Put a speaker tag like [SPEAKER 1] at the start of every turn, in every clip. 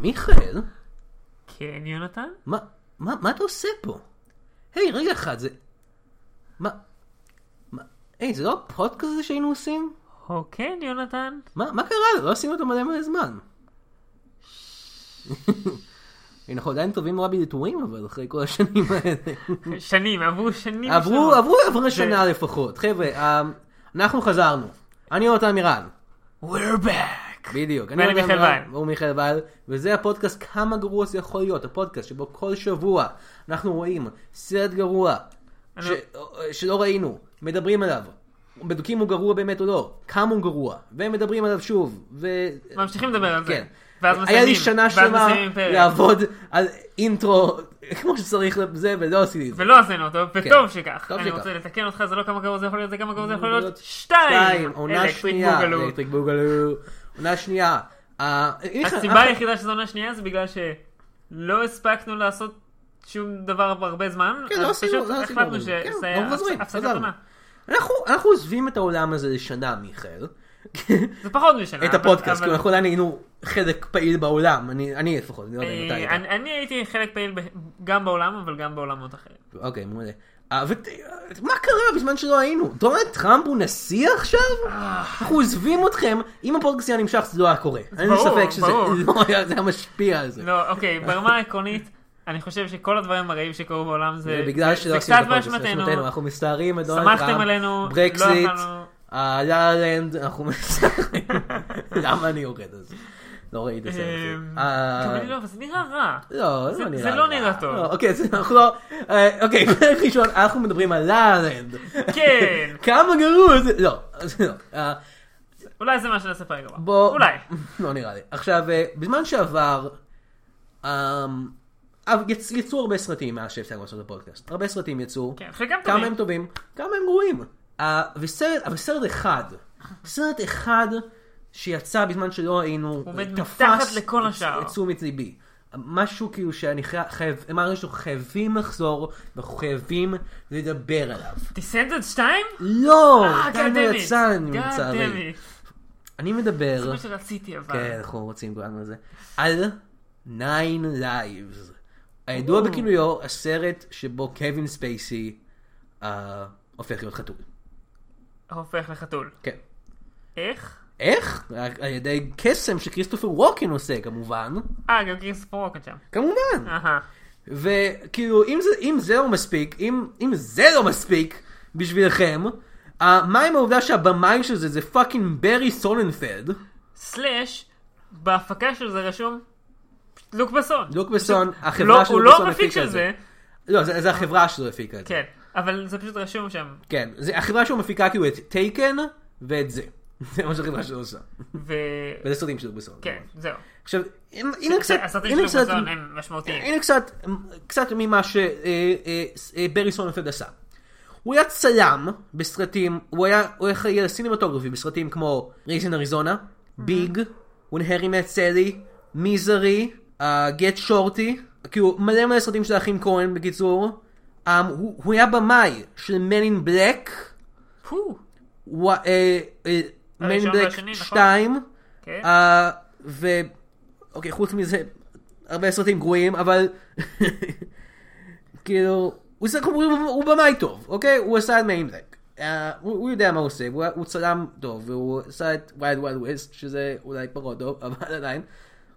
[SPEAKER 1] מיכאל,
[SPEAKER 2] כן, יונתן?
[SPEAKER 1] מה, מה, מה אתה עושה פה? היי, רגע אחד, זה... מה... מה... היי, זה לא הפודקאסט הזה שהיינו עושים?
[SPEAKER 2] או כן, יונתן?
[SPEAKER 1] מה, מה קרה? לא עשינו אותו מלא מלא זמן. אנחנו נכון, עדיין טובים נורא בדיטורים, אבל אחרי כל השנים האלה.
[SPEAKER 2] שנים, עברו שנים.
[SPEAKER 1] עברו,
[SPEAKER 2] שלמות.
[SPEAKER 1] עברו, עברו שנה לפחות. חבר'ה, אה, אנחנו חזרנו. אני יונתן מירן.
[SPEAKER 2] We're back!
[SPEAKER 1] בדיוק.
[SPEAKER 2] ואני
[SPEAKER 1] אדם
[SPEAKER 2] מיכאל
[SPEAKER 1] רן,
[SPEAKER 2] וייל.
[SPEAKER 1] והוא מיכאל וייל, וזה הפודקאסט כמה גרוע זה יכול להיות, הפודקאסט שבו כל שבוע אנחנו רואים סרט גרוע
[SPEAKER 2] אני-
[SPEAKER 1] ש... שלא ראינו, מדברים עליו, בדוקים הוא גרוע באמת או לא, כמה הוא גרוע, ומדברים עליו שוב, ו...
[SPEAKER 2] ממשיכים לדבר על זה.
[SPEAKER 1] כן.
[SPEAKER 2] ואז
[SPEAKER 1] היה לי
[SPEAKER 2] מסיימים,
[SPEAKER 1] שנה
[SPEAKER 2] ואז
[SPEAKER 1] שלמה
[SPEAKER 2] מסיימים פרק.
[SPEAKER 1] לעבוד על אינטרו כמו שצריך לזה, ולא עשיתי את זה.
[SPEAKER 2] ולא עשינו אותו, וטוב שכך.
[SPEAKER 1] כן. טוב
[SPEAKER 2] אני
[SPEAKER 1] שכך.
[SPEAKER 2] רוצה לתקן אותך, זה לא כמה גרוע זה יכול להיות, זה כמה גרוע זה יכול להיות.
[SPEAKER 1] להיות
[SPEAKER 2] שתיים!
[SPEAKER 1] עונה
[SPEAKER 2] אלקטריק
[SPEAKER 1] שנייה,
[SPEAKER 2] בוגלו.
[SPEAKER 1] אלקטריק בוגלו, עונה שנייה. אה, איך-
[SPEAKER 2] הסיבה היחידה שזו עונה שנייה זה בגלל שלא הספקנו לעשות שום דבר הרבה זמן.
[SPEAKER 1] כן, לא
[SPEAKER 2] אז
[SPEAKER 1] עשינו-
[SPEAKER 2] פשוט
[SPEAKER 1] לא עשינו
[SPEAKER 2] החלטנו
[SPEAKER 1] הרבה זמן. כן,
[SPEAKER 2] שזה
[SPEAKER 1] לא חוזרים,
[SPEAKER 2] היה הפסקת
[SPEAKER 1] חזרנו.
[SPEAKER 2] עונה.
[SPEAKER 1] אנחנו, אנחנו עוזבים את העולם הזה לשנה, מיכאל.
[SPEAKER 2] זה פחות משנה.
[SPEAKER 1] את
[SPEAKER 2] אבל-
[SPEAKER 1] הפודקאסט,
[SPEAKER 2] אה,
[SPEAKER 1] כאילו,
[SPEAKER 2] אבל-
[SPEAKER 1] כי אנחנו עדיין היינו חלק פעיל בעולם, אני, אני לפחות, אני לא יודע מתי
[SPEAKER 2] אה,
[SPEAKER 1] היית.
[SPEAKER 2] אני אני הייתי חלק פעיל ב- גם בעולם, אבל גם בעולמות אחרים.
[SPEAKER 1] אוקיי, מעולה. אה, ות- אה, מה קרה בזמן שלא היינו? דונלד טראמפ הוא נשיא עכשיו?
[SPEAKER 2] אה.
[SPEAKER 1] אנחנו עוזבים אתכם, אם הפודקאסט היה נמשך זה לא היה קורה. אין לי
[SPEAKER 2] ברור,
[SPEAKER 1] ספק שזה
[SPEAKER 2] ברור.
[SPEAKER 1] לא היה זה היה משפיע על זה.
[SPEAKER 2] לא, אוקיי, ברמה העקרונית, אני חושב שכל הדברים הרעים שקרו בעולם זה...
[SPEAKER 1] בגלל
[SPEAKER 2] זה-
[SPEAKER 1] שלא
[SPEAKER 2] זה
[SPEAKER 1] עשינו את
[SPEAKER 2] קצת
[SPEAKER 1] הפודקאסט, זה
[SPEAKER 2] באשמתנו.
[SPEAKER 1] אשמתנו, אנחנו מסתערים את דונלד טראמפ,
[SPEAKER 2] שמחתם עלינו, לא
[SPEAKER 1] ברקזיט,
[SPEAKER 2] יכולנו-
[SPEAKER 1] הלה-לנד, אנחנו מסתערים. למה אני יורד על זה? לא ראיתי את זה.
[SPEAKER 2] אמ,
[SPEAKER 1] אה,
[SPEAKER 2] גם אני לא, אבל זה נראה רע.
[SPEAKER 1] לא, זה
[SPEAKER 2] זה-
[SPEAKER 1] לא נראה
[SPEAKER 2] זה לא
[SPEAKER 1] רע.
[SPEAKER 2] נראה טוב.
[SPEAKER 1] לא, אוקיי, זה- אנחנו לא... אה, אוקיי, פרק ראשון, אנחנו מדברים על לה-לנד.
[SPEAKER 2] כן.
[SPEAKER 1] כמה גרוע זה... לא, זה לא. אה,
[SPEAKER 2] אולי זה מה שנעשה פרק הבא.
[SPEAKER 1] בוא...
[SPEAKER 2] אולי.
[SPEAKER 1] לא נראה לי. עכשיו, אה, בזמן שעבר, אה, אה, יצ- יצאו הרבה סרטים מאז שהפסקנו לעשות את הפודקאסט. הרבה סרטים יצאו.
[SPEAKER 2] כן, חלקם
[SPEAKER 1] כמה הם
[SPEAKER 2] טובים.
[SPEAKER 1] טובים, כמה הם גרועים. אה, וסרט, אבל סרט אחד, סרט אחד שיצא בזמן שלא היינו,
[SPEAKER 2] עומד
[SPEAKER 1] תפס
[SPEAKER 2] מתחת לכל השאר.
[SPEAKER 1] את תשומת ליבי. משהו כאילו שאני חי- חייב, אמרנו שאנחנו חייבים לחזור, ואנחנו חייבים לדבר עליו.
[SPEAKER 2] דיסנדד 2?
[SPEAKER 1] לא!
[SPEAKER 2] אה,
[SPEAKER 1] די לא
[SPEAKER 2] God damn it.
[SPEAKER 1] יצא
[SPEAKER 2] God
[SPEAKER 1] לנו לצערי.
[SPEAKER 2] damn it.
[SPEAKER 1] אני
[SPEAKER 2] זה
[SPEAKER 1] מדבר,
[SPEAKER 2] מה שרציתי אבל.
[SPEAKER 1] כן, אנחנו רוצים כולנו על זה, על 9 Lives. הידוע בכינויו, הסרט שבו קווין ספייסי אה, הופך להיות חתול.
[SPEAKER 2] הופך לחתול.
[SPEAKER 1] כן.
[SPEAKER 2] איך?
[SPEAKER 1] איך? על ידי קסם שכריסטופר ווקן עושה כמובן,
[SPEAKER 2] אה, גם קריס פרוקן שם.
[SPEAKER 1] כמובן.
[SPEAKER 2] אהה.
[SPEAKER 1] וכאילו אם זה, אם זה לא מספיק, אם, אם זה לא מספיק בשבילכם, uh, מה עם העובדה שהבמאי של זה זה פאקינג ברי סולנפלד,
[SPEAKER 2] סלאש, בהפקה של זה רשום לוק בסון.
[SPEAKER 1] לוק בסון,
[SPEAKER 2] לא,
[SPEAKER 1] החברה של
[SPEAKER 2] הוא
[SPEAKER 1] לוק
[SPEAKER 2] לא
[SPEAKER 1] בסון
[SPEAKER 2] המפיק
[SPEAKER 1] הפיקה
[SPEAKER 2] של
[SPEAKER 1] את זה.
[SPEAKER 2] זה.
[SPEAKER 1] לא, זה, זה החברה שלו הפיקה את זה.
[SPEAKER 2] כן, אבל זה פשוט רשום שם.
[SPEAKER 1] כן, זה החברה שלו מפיקה כאילו את טייקן ואת זה. זה מה שהחברה שלו עושה.
[SPEAKER 2] ו...
[SPEAKER 1] וזה סרטים של לוק בסון.
[SPEAKER 2] כן, זהו.
[SPEAKER 1] עכשיו, הנה הנה קצת,
[SPEAKER 2] הסרטים של
[SPEAKER 1] הנה
[SPEAKER 2] לוק
[SPEAKER 1] קצת,
[SPEAKER 2] בסון הם משמעותיים.
[SPEAKER 1] הנה קצת, קצת ממה אה, שברי סוננפלד אה, עשה. הוא היה צלם בסרטים, הוא היה, הוא היה אחראי על הסינמטוגרפי בסרטים כמו רייזן אריזונה, ביג,
[SPEAKER 2] Mm-hmm.
[SPEAKER 1] When Harry Met Sally, מיזרי, גט שורטי, כאילו מלא מלא סרטים של האחים כהן בקיצור. Um, הוא, הוא היה במאי של Men in Black,
[SPEAKER 2] פו,
[SPEAKER 1] הוא, אה, אה, Men in
[SPEAKER 2] הראשון
[SPEAKER 1] Black
[SPEAKER 2] והשני, נכון.
[SPEAKER 1] 2,
[SPEAKER 2] כן.
[SPEAKER 1] אה, ו... אוקיי, חוץ מזה, הרבה סרטים גרועים, אבל... כאילו, הוא, שחק, הוא, הוא במאי טוב, אוקיי? הוא עשה את מיימלק. Uh, הוא, הוא יודע מה הוא עושה, הוא, הוא צלם טוב, והוא עשה את וייד וייד ווסט, שזה אולי פחות טוב, אבל עדיין.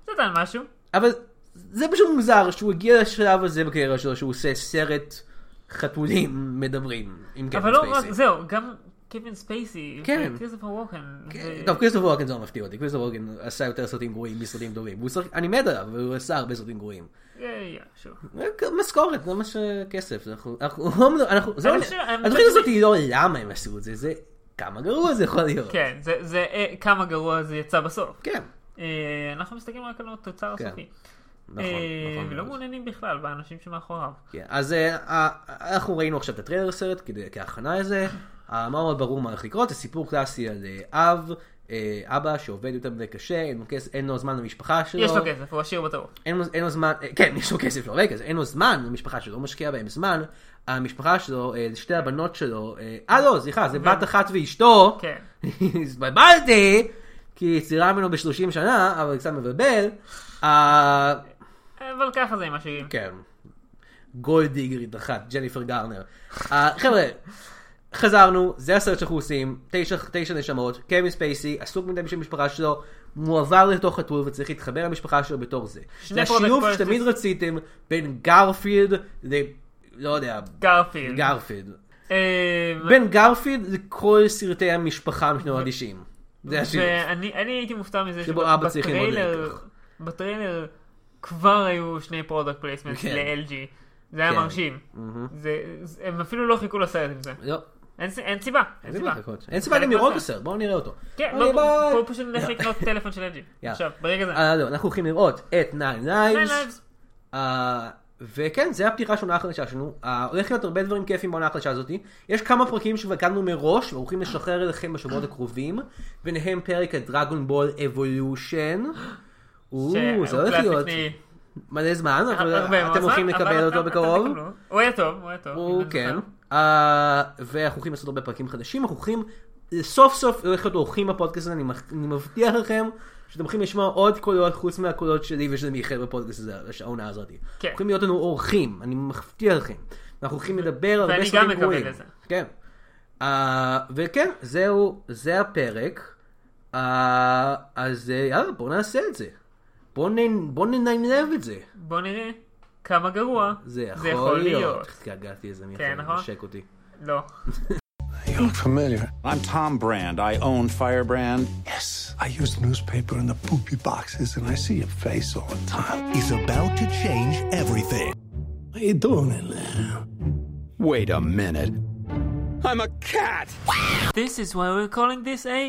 [SPEAKER 2] זה נתן משהו.
[SPEAKER 1] אבל זה פשוט מוזר שהוא הגיע לשלב הזה בקריירה שלו, שהוא עושה סרט חתולים מדברים עם קווין
[SPEAKER 2] אבל לא רק,
[SPEAKER 1] ספייסי.
[SPEAKER 2] זהו, גם קווין ספייסי,
[SPEAKER 1] כן.
[SPEAKER 2] וקריסטופר ווקן. ו-
[SPEAKER 1] טוב, כריסטופר ווקן זה לא מפתיע אותי, כריסטופר ווקן עשה יותר סרטים גרועים מסרטים טובים. והוא שחק- אני מת עליו, והוא עשה הרבה סרטים גרועים.
[SPEAKER 2] אה, יא, שוב.
[SPEAKER 1] משכורת, לא ממש כסף. אנחנו, אנחנו, אנחנו, אנחנו, זה לא-
[SPEAKER 2] אני חושב- אני
[SPEAKER 1] התוכנית
[SPEAKER 2] חושב-
[SPEAKER 1] הזאת היא לא למה הם עשו את זה, זה כמה גרוע זה יכול להיות.
[SPEAKER 2] כן, זה- זה אה, כמה גרוע זה יצא בסוף.
[SPEAKER 1] כן,
[SPEAKER 2] אה, אנחנו מסתכלים רק על התוצר
[SPEAKER 1] כן.
[SPEAKER 2] הסופי.
[SPEAKER 1] נכון,
[SPEAKER 2] אה,
[SPEAKER 1] נכון.
[SPEAKER 2] ולא
[SPEAKER 1] מאוד.
[SPEAKER 2] מעוניינים בכלל באנשים שמאחוריו.
[SPEAKER 1] כן, אז אה, אה, אנחנו ראינו עכשיו את הטריילר לסרט כדי- כהכנה לזה. אה, מה מאוד ברור מה הולך לקרות, זה סיפור קלאסי על אה, אב, אה, אבא שעובד יותר מדי קשה, אין לו כס- אין לו זמן למשפחה שלו.
[SPEAKER 2] יש לו כסף, הוא עשיר בטרוף.
[SPEAKER 1] אין לו, אין לו זמן, אה, כן, יש לו כסף לא ריק, אז אין לו זמן, המשפחה שלו לא משקיעה בהם זמן. המשפחה שלו, אה, שתי הבנות שלו, אה, אה לא, סליחה, זה בת אחת ואשתו.
[SPEAKER 2] כן.
[SPEAKER 1] התבלבלתי, כי יצירה ממנו ב-30 שנה, אבל קצת מבלבל. אה,
[SPEAKER 2] אבל ככה זה עם השירים.
[SPEAKER 1] כן. גולד דיגרית אחת, ג'ניפר גארנר. אה, חבר'ה, חזרנו, זה הסרט שאנחנו עושים, תשע, תשע נשמות, קווין ספייסי, עסוק מדי בשביל המשפחה שלו, מועבר לתוך חתול וצריך להתחבר למשפחה שלו בתור זה. זה
[SPEAKER 2] שני
[SPEAKER 1] השילוב
[SPEAKER 2] פרודקט
[SPEAKER 1] שתמיד
[SPEAKER 2] פרודקט.
[SPEAKER 1] רציתם בין גרפילד ל... לא יודע,
[SPEAKER 2] גרפילד.
[SPEAKER 1] גרפילד.
[SPEAKER 2] אה,
[SPEAKER 1] בין גרפילד לכל סרטי המשפחה משנות ה-90. זה השילוב.
[SPEAKER 2] ואני אני הייתי מופתע מזה
[SPEAKER 1] שבו אבא צריך ללמוד לקח.
[SPEAKER 2] בטריילר כבר היו שני פרודקט פלייסמנט
[SPEAKER 1] כן.
[SPEAKER 2] ל-LG. זה היה
[SPEAKER 1] כן.
[SPEAKER 2] מרשים. זה- זה- הם אפילו לא חיכו לסרט עם זה.
[SPEAKER 1] לא,
[SPEAKER 2] אין ס- אין סיבה. אין
[SPEAKER 1] אין
[SPEAKER 2] סיבה. אה,
[SPEAKER 1] סיבה לחכות. אין סיבה גם לראות את הסרט, בואו נראה אותו.
[SPEAKER 2] כן,
[SPEAKER 1] אוי,
[SPEAKER 2] לא,
[SPEAKER 1] ביי.
[SPEAKER 2] בואו פשוט נלך לקנות טלפון של LG.
[SPEAKER 1] יאללה.
[SPEAKER 2] עכשיו, ברגע זה.
[SPEAKER 1] אה, לא, אנחנו הולכים לראות את ניין
[SPEAKER 2] Nine
[SPEAKER 1] לייבס.
[SPEAKER 2] Lives.
[SPEAKER 1] אה, וכן, זה הפתיחה של העונה החדשה שלנו. אה, הולך להיות הרבה דברים כיפים בעונה החדשה הזאת. יש כמה פרקים שבקדנו מראש והולכים לשחרר אליכם בשבועות הקרובים. ביניהם פרק הדרגון בול אבולושן. או,
[SPEAKER 2] שהוא
[SPEAKER 1] זה הולך
[SPEAKER 2] הוקלט
[SPEAKER 1] להיות
[SPEAKER 2] לפני
[SPEAKER 1] מלא זמן, אבל
[SPEAKER 2] הרבה מאוד
[SPEAKER 1] אתם
[SPEAKER 2] זמן,
[SPEAKER 1] הולכים
[SPEAKER 2] אבל
[SPEAKER 1] לקבל
[SPEAKER 2] אתם-
[SPEAKER 1] אותו
[SPEAKER 2] אתם
[SPEAKER 1] בקרוב.
[SPEAKER 2] תקבלו. הוא היה טוב, הוא היה טוב. אם
[SPEAKER 1] הוא
[SPEAKER 2] אני
[SPEAKER 1] כן.
[SPEAKER 2] זוכר.
[SPEAKER 1] Uh, ואנחנו הולכים לעשות הרבה פרקים חדשים, אנחנו הולכים, סוף סוף הולך להיות אורחים בפודקאסט הזה, אני, מח- אני מבטיח לכם שאתם הולכים לשמוע עוד קולות חוץ מהקולות שלי ושל מיכאל בפודקאסט הזה, הש- העונה הזאת.
[SPEAKER 2] כן.
[SPEAKER 1] הולכים להיות לנו אורחים, אני מבטיח לכם. אנחנו הולכים לדבר על הרבה
[SPEAKER 2] ואני
[SPEAKER 1] סרטים
[SPEAKER 2] גם מקווה
[SPEAKER 1] גרועים.
[SPEAKER 2] לזה.
[SPEAKER 1] כן. Uh, וכן, זהו, זה הפרק. Uh, אז אה, יאללה, בואו נעשה את זה. בואו נ- בואו ננב את זה.
[SPEAKER 2] בוא נראה כמה גרוע
[SPEAKER 1] זה יכול להיות. התגעגעתי לזה, מיכאל,
[SPEAKER 2] נכון?
[SPEAKER 1] נשק אותי.
[SPEAKER 2] לא.
[SPEAKER 3] You look familiar.
[SPEAKER 4] I'm Tom Brand. I own Firebrand.
[SPEAKER 3] Yes. I use newspaper in the poopy boxes and I see your face all the time.
[SPEAKER 5] is about to change everything.
[SPEAKER 3] What you doing in there?
[SPEAKER 4] Wait a minute. I'm a cat!
[SPEAKER 2] This is why we're calling this a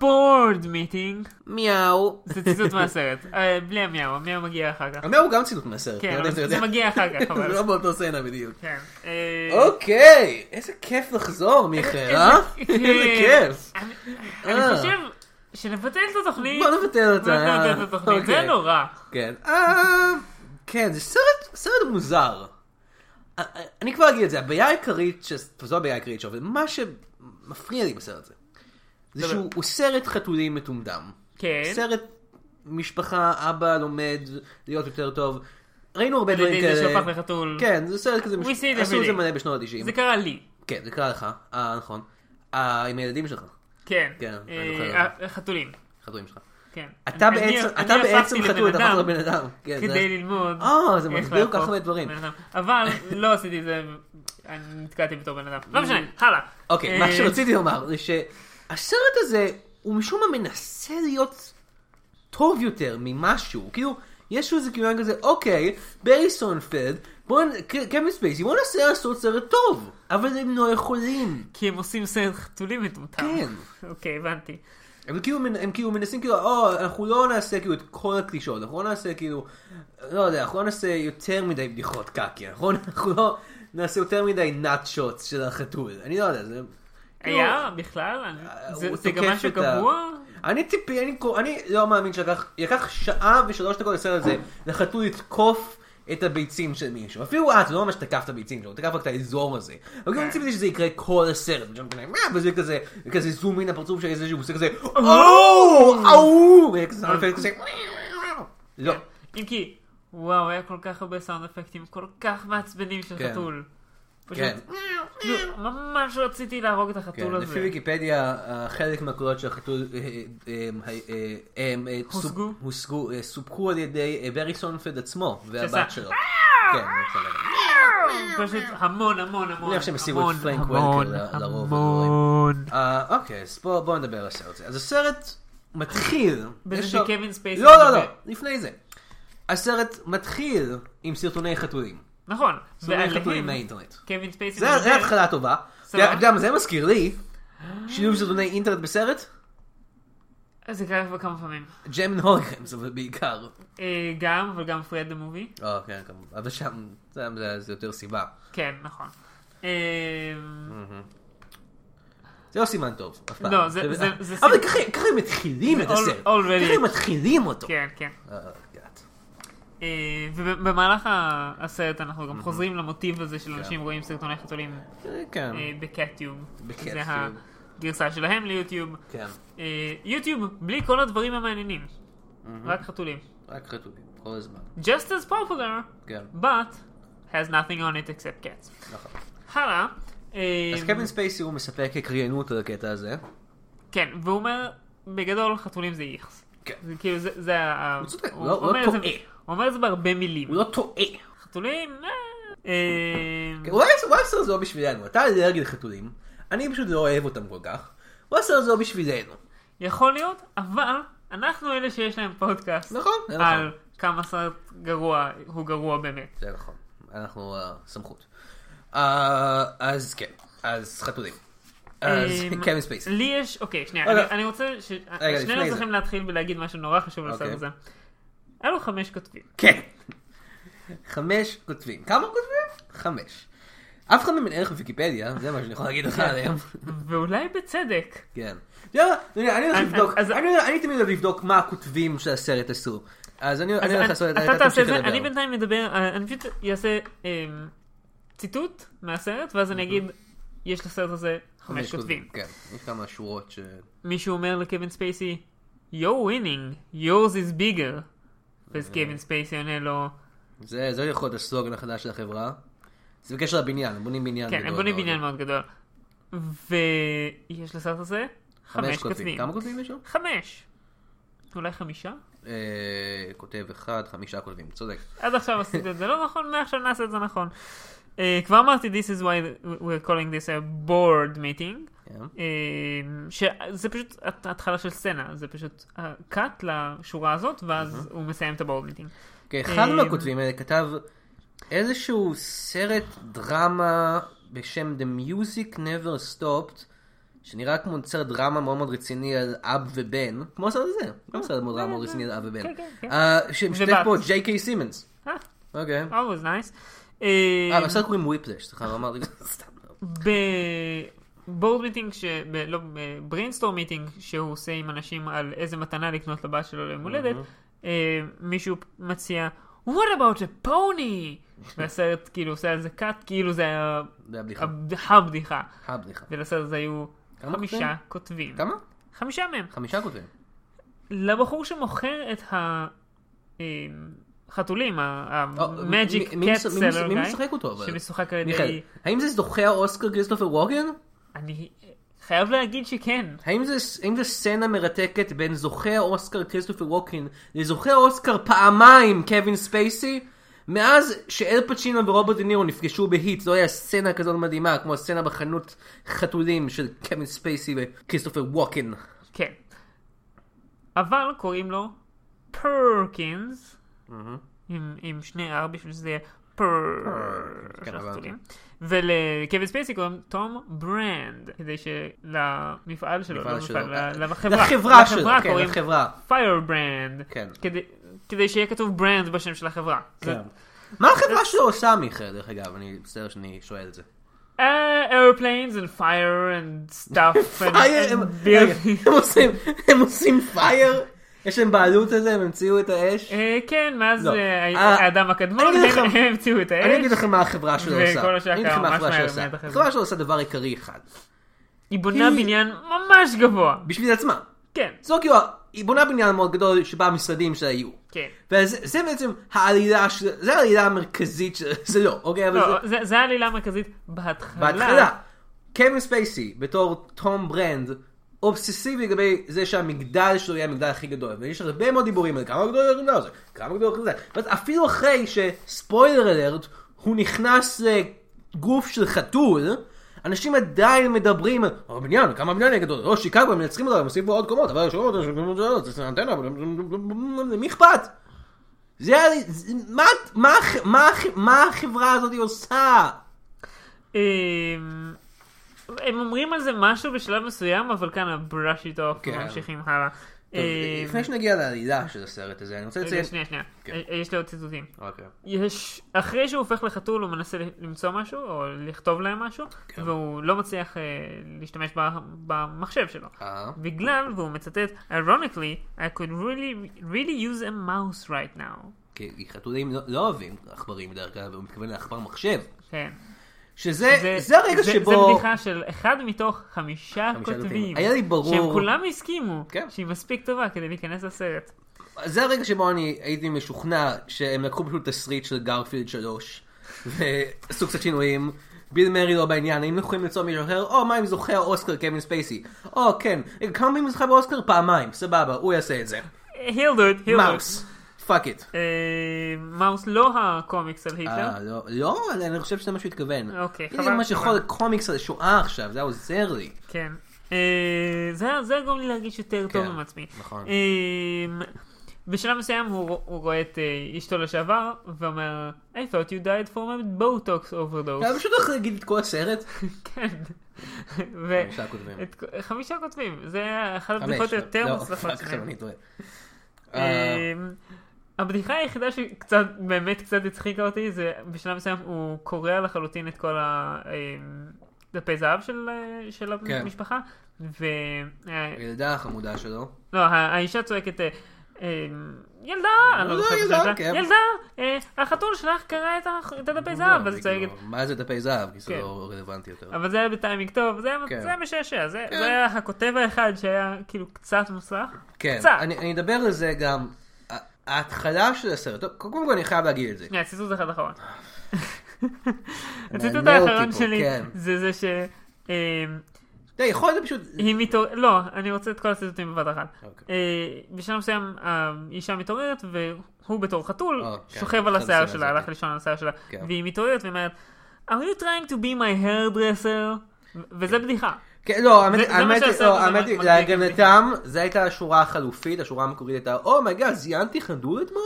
[SPEAKER 2] board meeting.
[SPEAKER 1] מיהו.
[SPEAKER 2] זה ציטוט מהסרט. אה, בלי המיהו, המיהו מגיע אחר כך.
[SPEAKER 1] אומר הוא גם ציטוט מהסרט.
[SPEAKER 2] כן,
[SPEAKER 1] אני אוקיי. לא יודע אם
[SPEAKER 2] אבל
[SPEAKER 1] אתה יודע.
[SPEAKER 2] זה מגיע אחר כך,
[SPEAKER 1] זה
[SPEAKER 2] אבל...
[SPEAKER 1] לא באותו סצנה בדיוק.
[SPEAKER 2] כן. אה,
[SPEAKER 1] אוקיי, איזה כיף לחזור, מיכאל,
[SPEAKER 2] איזה-
[SPEAKER 1] אה?
[SPEAKER 2] כן.
[SPEAKER 1] איזה כיף.
[SPEAKER 2] אני-
[SPEAKER 1] אה.
[SPEAKER 2] אני חושב שנבטל את התוכנית.
[SPEAKER 1] בוא נבטל אותה,
[SPEAKER 2] בוא נבטל
[SPEAKER 1] אה.
[SPEAKER 2] את התוכנית. זה
[SPEAKER 1] אוקיי.
[SPEAKER 2] נורא.
[SPEAKER 1] כן. אה, כן, זה סרט- סרט מוזר. אה, אה, אני כבר אגיד את זה, הבעיה העיקרית, ש- זו הבעיה העיקרית שלו, אבל מה שמפריע לי בסרט הזה, זה
[SPEAKER 2] דבר.
[SPEAKER 1] שהוא הוא סרט חתולים מטומדם.
[SPEAKER 2] כן.
[SPEAKER 1] סרט משפחה, אבא לומד להיות יותר טוב. ראינו הרבה
[SPEAKER 2] על ידי
[SPEAKER 1] דברים
[SPEAKER 2] זה
[SPEAKER 1] כאלה.
[SPEAKER 2] שהוא הפך לחתול.
[SPEAKER 1] כן, זה סרט כזה, מש-
[SPEAKER 2] see it
[SPEAKER 1] עשו את
[SPEAKER 2] every
[SPEAKER 1] זה
[SPEAKER 2] day.
[SPEAKER 1] מלא בשנות ה-90.
[SPEAKER 2] זה קרה לי.
[SPEAKER 1] כן, זה קרה לך, אה, נכון. אה, עם הילדים שלך,
[SPEAKER 2] כן.
[SPEAKER 1] כן, אני
[SPEAKER 2] אה,
[SPEAKER 1] זוכר.
[SPEAKER 2] אה, חתולים.
[SPEAKER 1] חתולים שלך.
[SPEAKER 2] כן.
[SPEAKER 1] אתה
[SPEAKER 2] אני-
[SPEAKER 1] בעצם,
[SPEAKER 2] אני
[SPEAKER 1] אתה
[SPEAKER 2] הפכתי
[SPEAKER 1] בעצם
[SPEAKER 2] לבן
[SPEAKER 1] חתול, אתה
[SPEAKER 2] אדם
[SPEAKER 1] יכול לבן אדם. כן, זה-
[SPEAKER 2] כדי ללמוד.
[SPEAKER 1] אה, זה
[SPEAKER 2] איך
[SPEAKER 1] מסביר כל כך
[SPEAKER 2] להפוך
[SPEAKER 1] הרבה דברים.
[SPEAKER 2] בן אדם. אבל לא עשיתי את זה, אני נתקעתי בתור בן אדם. לא משנה, הלאה.
[SPEAKER 1] אוקיי, מה
[SPEAKER 2] אה,
[SPEAKER 1] שרציתי לומר זה שהסרט הזה, הוא משום מה מנסה להיות טוב יותר ממשהו. כאילו, יש לו איזה כיוון כזה, אוקיי, ברי סונפלד, בואו, נ- ק- קווין ספייסי, בואו נעשה לעשות סרט טוב, אבל הם לא יכולים.
[SPEAKER 2] כי הם עושים סרט חתולים מטומטם.
[SPEAKER 1] כן.
[SPEAKER 2] אוקיי, הבנתי.
[SPEAKER 1] הם כאילו, מנ- הם כאילו מנסים כאילו, או, אנחנו לא נעשה כאילו את כל הקלישאות, אנחנו לא נעשה כאילו, לא יודע, אנחנו לא נעשה יותר מדי בדיחות קקי, אנחנו, אנחנו לא נעשה יותר מדי נאט שוטס של החתול, אני לא יודע, זה... כאילו,
[SPEAKER 2] היה בכלל? אני- זה-
[SPEAKER 1] אה, הוא
[SPEAKER 2] זה גם
[SPEAKER 1] תוקף
[SPEAKER 2] משהו
[SPEAKER 1] את ה-
[SPEAKER 2] קבוע?
[SPEAKER 1] אני טיפי, אני, קור- אני לא מאמין שלקח, לקח שעה ושלוש דקות לסרט הזה, לחתול לתקוף את הביצים של מישהו. אפילו את, זה לא ממש תקף את הביצים שלו, הוא תקף רק את האזור הזה. אבל
[SPEAKER 2] כן.
[SPEAKER 1] כאילו אני ציפיתי שזה יקרה כל הסרט, ושם כזה, "מה?" וזה כזה, כזה זום אין הפרצוף של איזה שהוא עושה כזה, אוו, אוו, וכזה
[SPEAKER 2] אה.
[SPEAKER 1] סאונד אפקט כזה, לא,
[SPEAKER 2] אם כי, וואו, היה כל כך הרבה סאונד אפקטים כל כך מעצבנים של
[SPEAKER 1] כן.
[SPEAKER 2] חתול. פשוט,
[SPEAKER 1] כן.
[SPEAKER 2] כאילו, ממש רציתי להרוג את
[SPEAKER 1] כן,
[SPEAKER 2] החתול
[SPEAKER 1] לפי
[SPEAKER 2] הזה.
[SPEAKER 1] ויקיפדיה, אה, חלק מהקולות של החתול אה, אה, אה, אה, אה, אה, סופ-
[SPEAKER 2] הושגו?
[SPEAKER 1] הושגו, אה, סופקו על ידי אה, ברי סונפלד עצמו,
[SPEAKER 2] שעשה-
[SPEAKER 1] והבת שלו. כן, אני רוצה לדעת.
[SPEAKER 2] פשוט המון, המון, המון,
[SPEAKER 1] מניח שהם השיגו את
[SPEAKER 2] המון,
[SPEAKER 1] פרנק
[SPEAKER 2] המון,
[SPEAKER 1] וולקר ל- לרוב
[SPEAKER 2] המון.
[SPEAKER 1] אה, אוקיי, אז בואו בוא נדבר על הסרט הזה. אז הסרט מתחיל...
[SPEAKER 2] בזה
[SPEAKER 1] יש לו-
[SPEAKER 2] שקווין ספייסי
[SPEAKER 1] לא, לא, לא,
[SPEAKER 2] מדבר.
[SPEAKER 1] לפני זה. הסרט מתחיל עם סרטוני חתולים.
[SPEAKER 2] נכון.
[SPEAKER 1] סרטוני
[SPEAKER 2] ועליהם
[SPEAKER 1] חתולים מהאינטרנט.
[SPEAKER 2] קווין ספייסי.
[SPEAKER 1] זה
[SPEAKER 2] מדבר-
[SPEAKER 1] זה התחלה טובה. אתה
[SPEAKER 2] סבבה.
[SPEAKER 1] יודע- אתה יודע מה זה מזכיר לי? שילוב סרטוני אינטרנט בסרט?
[SPEAKER 2] זה קרה כבר כמה פעמים.
[SPEAKER 1] ג'ם הורקרמס, אבל בעיקר.
[SPEAKER 2] אה, גם, אבל גם פרד המובי.
[SPEAKER 1] אה, כן, כמובן. אבל שם, שם זה- זה יותר סיבה.
[SPEAKER 2] כן, נכון. אה,
[SPEAKER 1] Mm. זה לא סימן טוב, אף פעם.
[SPEAKER 2] לא, זה- זה- זה
[SPEAKER 1] אבל
[SPEAKER 2] סימן-
[SPEAKER 1] ככה ככה הם מתחילים את
[SPEAKER 2] all-
[SPEAKER 1] הסרט.
[SPEAKER 2] already.
[SPEAKER 1] ככה הם מתחילים אותו.
[SPEAKER 2] כן, כן.
[SPEAKER 1] אה, God.
[SPEAKER 2] אה, ובמהלך ה- הסרט אנחנו
[SPEAKER 1] Mm-hmm.
[SPEAKER 2] גם
[SPEAKER 1] כן.
[SPEAKER 2] חוזרים למוטיב הזה של אנשים רואים סרטוני חתולים
[SPEAKER 1] אה, כן.
[SPEAKER 2] אה, בקטיוב.
[SPEAKER 1] בקטיוב.
[SPEAKER 2] זה ה- גרסה שלהם ליוטיוב.
[SPEAKER 1] כן,
[SPEAKER 2] אה, יוטיוב בלי כל הדברים המעניינים.
[SPEAKER 1] Mm-hmm.
[SPEAKER 2] רק חתולים.
[SPEAKER 1] רק חתולים, כל הזמן.
[SPEAKER 2] Just as popular,
[SPEAKER 1] כן,
[SPEAKER 2] but has nothing on it except cats.
[SPEAKER 1] נכון.
[SPEAKER 2] הלאה. אה,
[SPEAKER 1] אז קווין ספייסי הוא מספק הקריינות על הקטע הזה.
[SPEAKER 2] כן, והוא אומר, בגדול חתולים זה איכס.
[SPEAKER 1] כן.
[SPEAKER 2] זה כאילו זה, זה ה...
[SPEAKER 1] הוא צודק, הוא לא- הוא לא
[SPEAKER 2] אומר את זה-
[SPEAKER 1] טועה.
[SPEAKER 2] הוא אומר את זה בהרבה מילים.
[SPEAKER 1] הוא לא טועה.
[SPEAKER 2] חתולים, אה, אה...
[SPEAKER 1] אולי אולי עשר זה לא בשבילנו, אתה אלרגי לחתולים, אני פשוט לא אוהב אותם כל כך, אולי עשר זה לא בשבילנו,
[SPEAKER 2] יכול להיות, אבל אנחנו אלה שיש להם פודקאסט.
[SPEAKER 1] נכון, זה
[SPEAKER 2] על
[SPEAKER 1] נכון.
[SPEAKER 2] כמה סרט גרוע, הוא גרוע באמת.
[SPEAKER 1] זה נכון, אנחנו הסמכות. אה, אז כן, אז חתולים. אז
[SPEAKER 2] אמ,
[SPEAKER 1] קווין ספייסי.
[SPEAKER 2] לי יש, אוקיי, שנייה,
[SPEAKER 1] רגע.
[SPEAKER 2] אני- אני רוצה, ש- אה,
[SPEAKER 1] לפני
[SPEAKER 2] שנינו
[SPEAKER 1] זה.
[SPEAKER 2] צריכים להתחיל ולהגיד משהו נורא חשוב על הסרט
[SPEAKER 1] אוקיי.
[SPEAKER 2] הזה. היה לו חמש כותבים.
[SPEAKER 1] כן. חמש כותבים. כמה כותבים? חמש. אף אחד מהם אין ערך בוויקיפדיה, זה מה שאני יכול להגיד לך עליהם.
[SPEAKER 2] ואולי בצדק.
[SPEAKER 1] כן. אתה יודע מה? אתה יודע, אני הולך
[SPEAKER 2] אז-
[SPEAKER 1] לבדוק,
[SPEAKER 2] אז-
[SPEAKER 1] אני אני תמיד אוהב לבדוק מה הכותבים של הסרט עשו. אז אני אני
[SPEAKER 2] אז
[SPEAKER 1] הולך
[SPEAKER 2] אני-
[SPEAKER 1] לעשות את
[SPEAKER 2] אתה תעשה את
[SPEAKER 1] תמשיך
[SPEAKER 2] זה,
[SPEAKER 1] לדבר.
[SPEAKER 2] אני בינתיים מדבר, אה, אני פשוט אעשה אמ, ציטוט מהסרט, ואז אני אגיד, יש לסרט הזה חמש כותבים.
[SPEAKER 1] כן, יש כמה שורות ש...
[SPEAKER 2] מישהו אומר לקווין ספייסי, you're winning, yours is bigger. ואז קווין ספייסי עונה לו,
[SPEAKER 1] זה זה יכול להיות הסלוגן החדש של החברה. זה בקשר לבניין, הם בונים בניין.
[SPEAKER 2] כן,
[SPEAKER 1] גדול
[SPEAKER 2] הם בונים
[SPEAKER 1] מאוד.
[SPEAKER 2] בניין מאוד גדול. ויש לסרט הזה חמש כותבים.
[SPEAKER 1] כמה כותבים יש שם?
[SPEAKER 2] חמש. אולי חמישה?
[SPEAKER 1] אה, כותב אחד, חמישה כותבים, צודק.
[SPEAKER 2] עד עכשיו עשיתי את זה לא נכון, מעכשיו נעשה את זה נכון. אה, כבר אמרתי, this is why we're calling this a board meeting.
[SPEAKER 1] כן.
[SPEAKER 2] אמ, שזה פשוט הת- התחלה של סצנה, זה פשוט קאט לשורה הזאת, ואז הוא מסיים את הבורד מיטינג.
[SPEAKER 1] כן, אחד
[SPEAKER 2] אמ,
[SPEAKER 1] מהכותבים האלה כתב איזשהו סרט דרמה בשם The Music Never Stopped, שנראה כמו סרט דרמה מאוד מאוד רציני על אב ובן, כמו הסרט הזה, גם סרט מאוד דרמה מאוד רציני על אב ובן,
[SPEAKER 2] אה, כן, כן, כן.
[SPEAKER 1] אה, שמשתתף
[SPEAKER 2] ובת.
[SPEAKER 1] פה ג'יי קיי סימנס.
[SPEAKER 2] אה,
[SPEAKER 1] אוקיי.
[SPEAKER 2] always nice. אמ,
[SPEAKER 1] אה, בסרט קוראים וויפלש, סליחה, לא אמרתי סתם.
[SPEAKER 2] בבורד מיטינג, ש- ב- לא, בריינסטור מיטינג, שהוא עושה עם אנשים על איזה מתנה לקנות לבת שלו ליום הולדת, אה, מישהו מציע, What about a pony? והסרט כאילו עושה על זה קאט, כאילו זה היה
[SPEAKER 1] זה הבדיחה.
[SPEAKER 2] הבדיחה הבדיחה.
[SPEAKER 1] הבדיחה.
[SPEAKER 2] ולסרט הזה היו
[SPEAKER 1] כמה
[SPEAKER 2] חמישה כותבים.
[SPEAKER 1] אה, כמה?
[SPEAKER 2] חמישה מהם.
[SPEAKER 1] חמישה כותבים.
[SPEAKER 2] לבחור שמוכר את אמ, החתולים,
[SPEAKER 1] או,
[SPEAKER 2] המאג'יק
[SPEAKER 1] אה, מי- מי
[SPEAKER 2] קאט
[SPEAKER 1] מש- מי מש-
[SPEAKER 2] סלר
[SPEAKER 1] מי
[SPEAKER 2] גיא,
[SPEAKER 1] משחק אותו אבל?
[SPEAKER 2] שמשוחק על
[SPEAKER 1] מיכאל,
[SPEAKER 2] ידי...
[SPEAKER 1] האם זה זוכה האוסקר כריסטופר ווגן?
[SPEAKER 2] אני חייב להגיד שכן.
[SPEAKER 1] האם זה, האם זה סצנה מרתקת בין זוכה האוסקר כריסטופר ווקין לזוכה האוסקר פעמיים קווין ספייסי? מאז שאל פצ'ינו ורוברט נירו נפגשו בהיט, לא היה סצנה כזאת מדהימה כמו הסצנה בחנות חתולים של קווין ספייסי וכריסטופר ווקין.
[SPEAKER 2] כן. אבל קוראים לו פרקינס, עם, עם שני R בשביל שזה יהיה פרקינס.
[SPEAKER 1] כן, הבנתי.
[SPEAKER 2] ולקווין ספייסי קוראים תום ברנד, כדי שלמפעל שלו, לא
[SPEAKER 1] מפעל שלו. אה,
[SPEAKER 2] למפעל, ל- לחברה,
[SPEAKER 1] לחברה שלו, כן,
[SPEAKER 2] קוראים
[SPEAKER 1] לחברה.
[SPEAKER 2] פיירברנד,
[SPEAKER 1] כן.
[SPEAKER 2] כדי, כדי שיהיה כתוב ברנד בשם של החברה. זה
[SPEAKER 1] מה החברה שלו עושה מיכאל דרך אגב? אני מצטער שאני שואל את זה.
[SPEAKER 2] Uh, airplanes and fire and stuff and,
[SPEAKER 1] פייר,
[SPEAKER 2] and
[SPEAKER 1] הם-
[SPEAKER 2] building.
[SPEAKER 1] הם עושים, הם עושים פייר? יש להם בעלות על זה? הם המציאו את האש?
[SPEAKER 2] אה, כן, מאז
[SPEAKER 1] לא.
[SPEAKER 2] אה,
[SPEAKER 1] אה,
[SPEAKER 2] האדם הקדמון,
[SPEAKER 1] אני אגיד
[SPEAKER 2] הם
[SPEAKER 1] לכם-
[SPEAKER 2] הם המציאו את האש.
[SPEAKER 1] אני אגיד לכם מה החברה שלו
[SPEAKER 2] וכל
[SPEAKER 1] עושה.
[SPEAKER 2] השאר
[SPEAKER 1] אני אגיד לכם
[SPEAKER 2] כמה,
[SPEAKER 1] מה
[SPEAKER 2] ממש
[SPEAKER 1] החברה שלו
[SPEAKER 2] מהר
[SPEAKER 1] עושה.
[SPEAKER 2] מיד אחרי זה.
[SPEAKER 1] החברה שלו עושה דבר עיקרי אחד.
[SPEAKER 2] היא בונה
[SPEAKER 1] היא-
[SPEAKER 2] בניין ממש גבוה.
[SPEAKER 1] בשביל עצמה.
[SPEAKER 2] כן,
[SPEAKER 1] זו כאילו, היא בונה בניין מאוד גדול שבה המשרדים שלה יהיו.
[SPEAKER 2] כן.
[SPEAKER 1] וזה זה בעצם העלילה, של- זה העלילה המרכזית, של- זה לא, אוקיי? אבל זה
[SPEAKER 2] לא, זה- זה העלילה המרכזית בהתחלה.
[SPEAKER 1] בהתחלה. קווין ספייסי בתור תום ברנד אובססיבי לגבי זה שהמגדל שלו יהיה המגדל הכי גדול ויש הרבה מאוד דיבורים על כמה גדול המגדל הזה כמה גדול המגדל הזה ואז אפילו אחרי שספוילר אלרט הוא נכנס לגוף של חתול אנשים עדיין מדברים על "או, הבניין, כמה הבניין יהיה גדול, או שיקגו, הם מנצחים אותו, הם עושים פה עוד קומות, אבל שוב, זה- זה- זה- זה- זה אנטנה, מי אכפת? זה ה... זה- מה- מה הח- מה הח- מה החברה הזאת עושה?
[SPEAKER 2] אמ, הם אומרים על זה משהו בשלב מסוים, אבל כאן הבראש איתו,
[SPEAKER 1] כן.
[SPEAKER 2] ממשיכים הלאה.
[SPEAKER 1] טוב,
[SPEAKER 2] אמ,
[SPEAKER 1] אה, לפני שנגיע לעלילה של הסרט הזה, אני רוצה
[SPEAKER 2] רגע,
[SPEAKER 1] לציין...
[SPEAKER 2] שנייה, שנייה.
[SPEAKER 1] כן.
[SPEAKER 2] אה, יש לי עוד ציטוטים.
[SPEAKER 1] אוקיי.
[SPEAKER 2] יש, אחרי שהוא הופך לחתול הוא מנסה למצוא משהו או לכתוב להם משהו כן. והוא לא מצליח אה, להשתמש ב- במחשב שלו.
[SPEAKER 1] אה.
[SPEAKER 2] בגלל, והוא מצטט, ironically, I could really, really use a mouse right now.
[SPEAKER 1] כי חתולים לא- לא אוהבים עכברים בדרך כלל, והוא מתכוון לעכבר מחשב.
[SPEAKER 2] כן.
[SPEAKER 1] שזה זה הרגע
[SPEAKER 2] זה,
[SPEAKER 1] שבו...
[SPEAKER 2] זה בדיחה של אחד מתוך חמישה
[SPEAKER 1] חמישה דפים.
[SPEAKER 2] כותבים.
[SPEAKER 1] היה לי ברור.
[SPEAKER 2] שהם כולם הסכימו
[SPEAKER 1] כן.
[SPEAKER 2] שהיא מספיק טובה כדי להיכנס לסרט.
[SPEAKER 1] זה הרגע שבו אני הייתי משוכנע שהם לקחו פשוט תסריט של גרפילד 3 ועשו קצת שינויים. ביל מרי לא בעניין, האם יכולים למצוא מישהו אחר? או מה אם זוכה האוסקר קווין ספייסי? או כן, כמה פעמים הוא זכה באוסקר? פעמיים, סבבה, הוא יעשה את זה.
[SPEAKER 2] he'll do it, he'll do it.
[SPEAKER 1] מאוס, פאק איט.
[SPEAKER 2] אה, מאוס לא הקומיקס על היטלר.
[SPEAKER 1] אה, לא, לא, אני חושב שזה מה שהוא התכוון.
[SPEAKER 2] אוקיי,
[SPEAKER 1] חבל.
[SPEAKER 2] חבל,
[SPEAKER 1] הנה מה שיכול
[SPEAKER 2] חבל.
[SPEAKER 1] לקומיקס על השואה עכשיו, זה היה עוזר לי.
[SPEAKER 2] כן. אה, זה זה גורם לי להרגיש יותר טוב
[SPEAKER 1] כן,
[SPEAKER 2] עם עצמי.
[SPEAKER 1] נכון.
[SPEAKER 2] אה, בשלב מסוים הוא רוא- הוא רואה את אה, אשתו לשעבר ואומר I thought you died from a botox overdose.
[SPEAKER 1] אתה פשוט הולך להגיד את כל הסרט?
[SPEAKER 2] כן. ו-
[SPEAKER 1] חמישה כותבים.
[SPEAKER 2] את- חמישה כותבים. זה אחת
[SPEAKER 1] חמש.
[SPEAKER 2] הבדיחות היותר
[SPEAKER 1] לא,
[SPEAKER 2] מוצלחות
[SPEAKER 1] פאק, עכשיו
[SPEAKER 2] שלהם.
[SPEAKER 1] אני טועה. אה,
[SPEAKER 2] אה, הבדיחה היחידה שקצת, באמת קצת הצחיקה אותי, זה בשלב מסוים הוא קורע לחלוטין את כל ה... אה, דפי זהב של, אה, של
[SPEAKER 1] כן.
[SPEAKER 2] המשפחה, ו... אה,
[SPEAKER 1] הילדה החמודה שלו.
[SPEAKER 2] לא, ה- האישה צועקת, אה, אה, ילדה, אני לא
[SPEAKER 1] לא,
[SPEAKER 2] זוכרת
[SPEAKER 1] ילדה,
[SPEAKER 2] את הילדה,
[SPEAKER 1] כן.
[SPEAKER 2] ילדה, אה, החתול שלך קרא את ה- את הדפי זהב, אז היא צועקת,
[SPEAKER 1] כאילו, מה זה דפי זהב? כי זה
[SPEAKER 2] כן.
[SPEAKER 1] לא רלוונטי יותר.
[SPEAKER 2] אבל זה היה בטיימינג טוב, זה היה-
[SPEAKER 1] כן.
[SPEAKER 2] זה היה משעשע, זה זה היה הכותב האחד שהיה כאילו קצת מוצלח,
[SPEAKER 1] כן,
[SPEAKER 2] קצת.
[SPEAKER 1] אני אני אדבר על זה גם. ה- ההתחלה של הסרט, טוב, קודם כל אני חייב להגיד את זה.
[SPEAKER 2] שנייה, ציטוט אחד אחרון. הציטוט
[SPEAKER 1] מענה אה. אותי
[SPEAKER 2] האחרון
[SPEAKER 1] פה,
[SPEAKER 2] שלי
[SPEAKER 1] כן.
[SPEAKER 2] זה זה ש... אה,
[SPEAKER 1] אתה יודע, יכול להיות פשוט...
[SPEAKER 2] היא מתעוררת, לא, אני רוצה את כל הציטוטים בבת אחת.
[SPEAKER 1] אוקיי.
[SPEAKER 2] אה, בשלב מסוים האישה מתעוררת והוא בתור חתול
[SPEAKER 1] אה, כן,
[SPEAKER 2] שוכב על
[SPEAKER 1] חתול
[SPEAKER 2] השיער
[SPEAKER 1] זה
[SPEAKER 2] שלה,
[SPEAKER 1] זה,
[SPEAKER 2] הלך
[SPEAKER 1] כן.
[SPEAKER 2] לישון על השיער שלה,
[SPEAKER 1] כן.
[SPEAKER 2] והיא מתעוררת ואומרת, are you trying to be my hairdresser? ו- וזה בדיחה.
[SPEAKER 1] כן, לא, האמת-
[SPEAKER 2] זה מה
[SPEAKER 1] האמת היא,
[SPEAKER 2] שהסרט
[SPEAKER 1] לא,
[SPEAKER 2] הזה
[SPEAKER 1] האמת היא,
[SPEAKER 2] מגדיר לי.
[SPEAKER 1] להגנתם, זו הייתה השורה החלופית, השורה המקורית הייתה, אומייגאד, זיינתי חדור אתמול?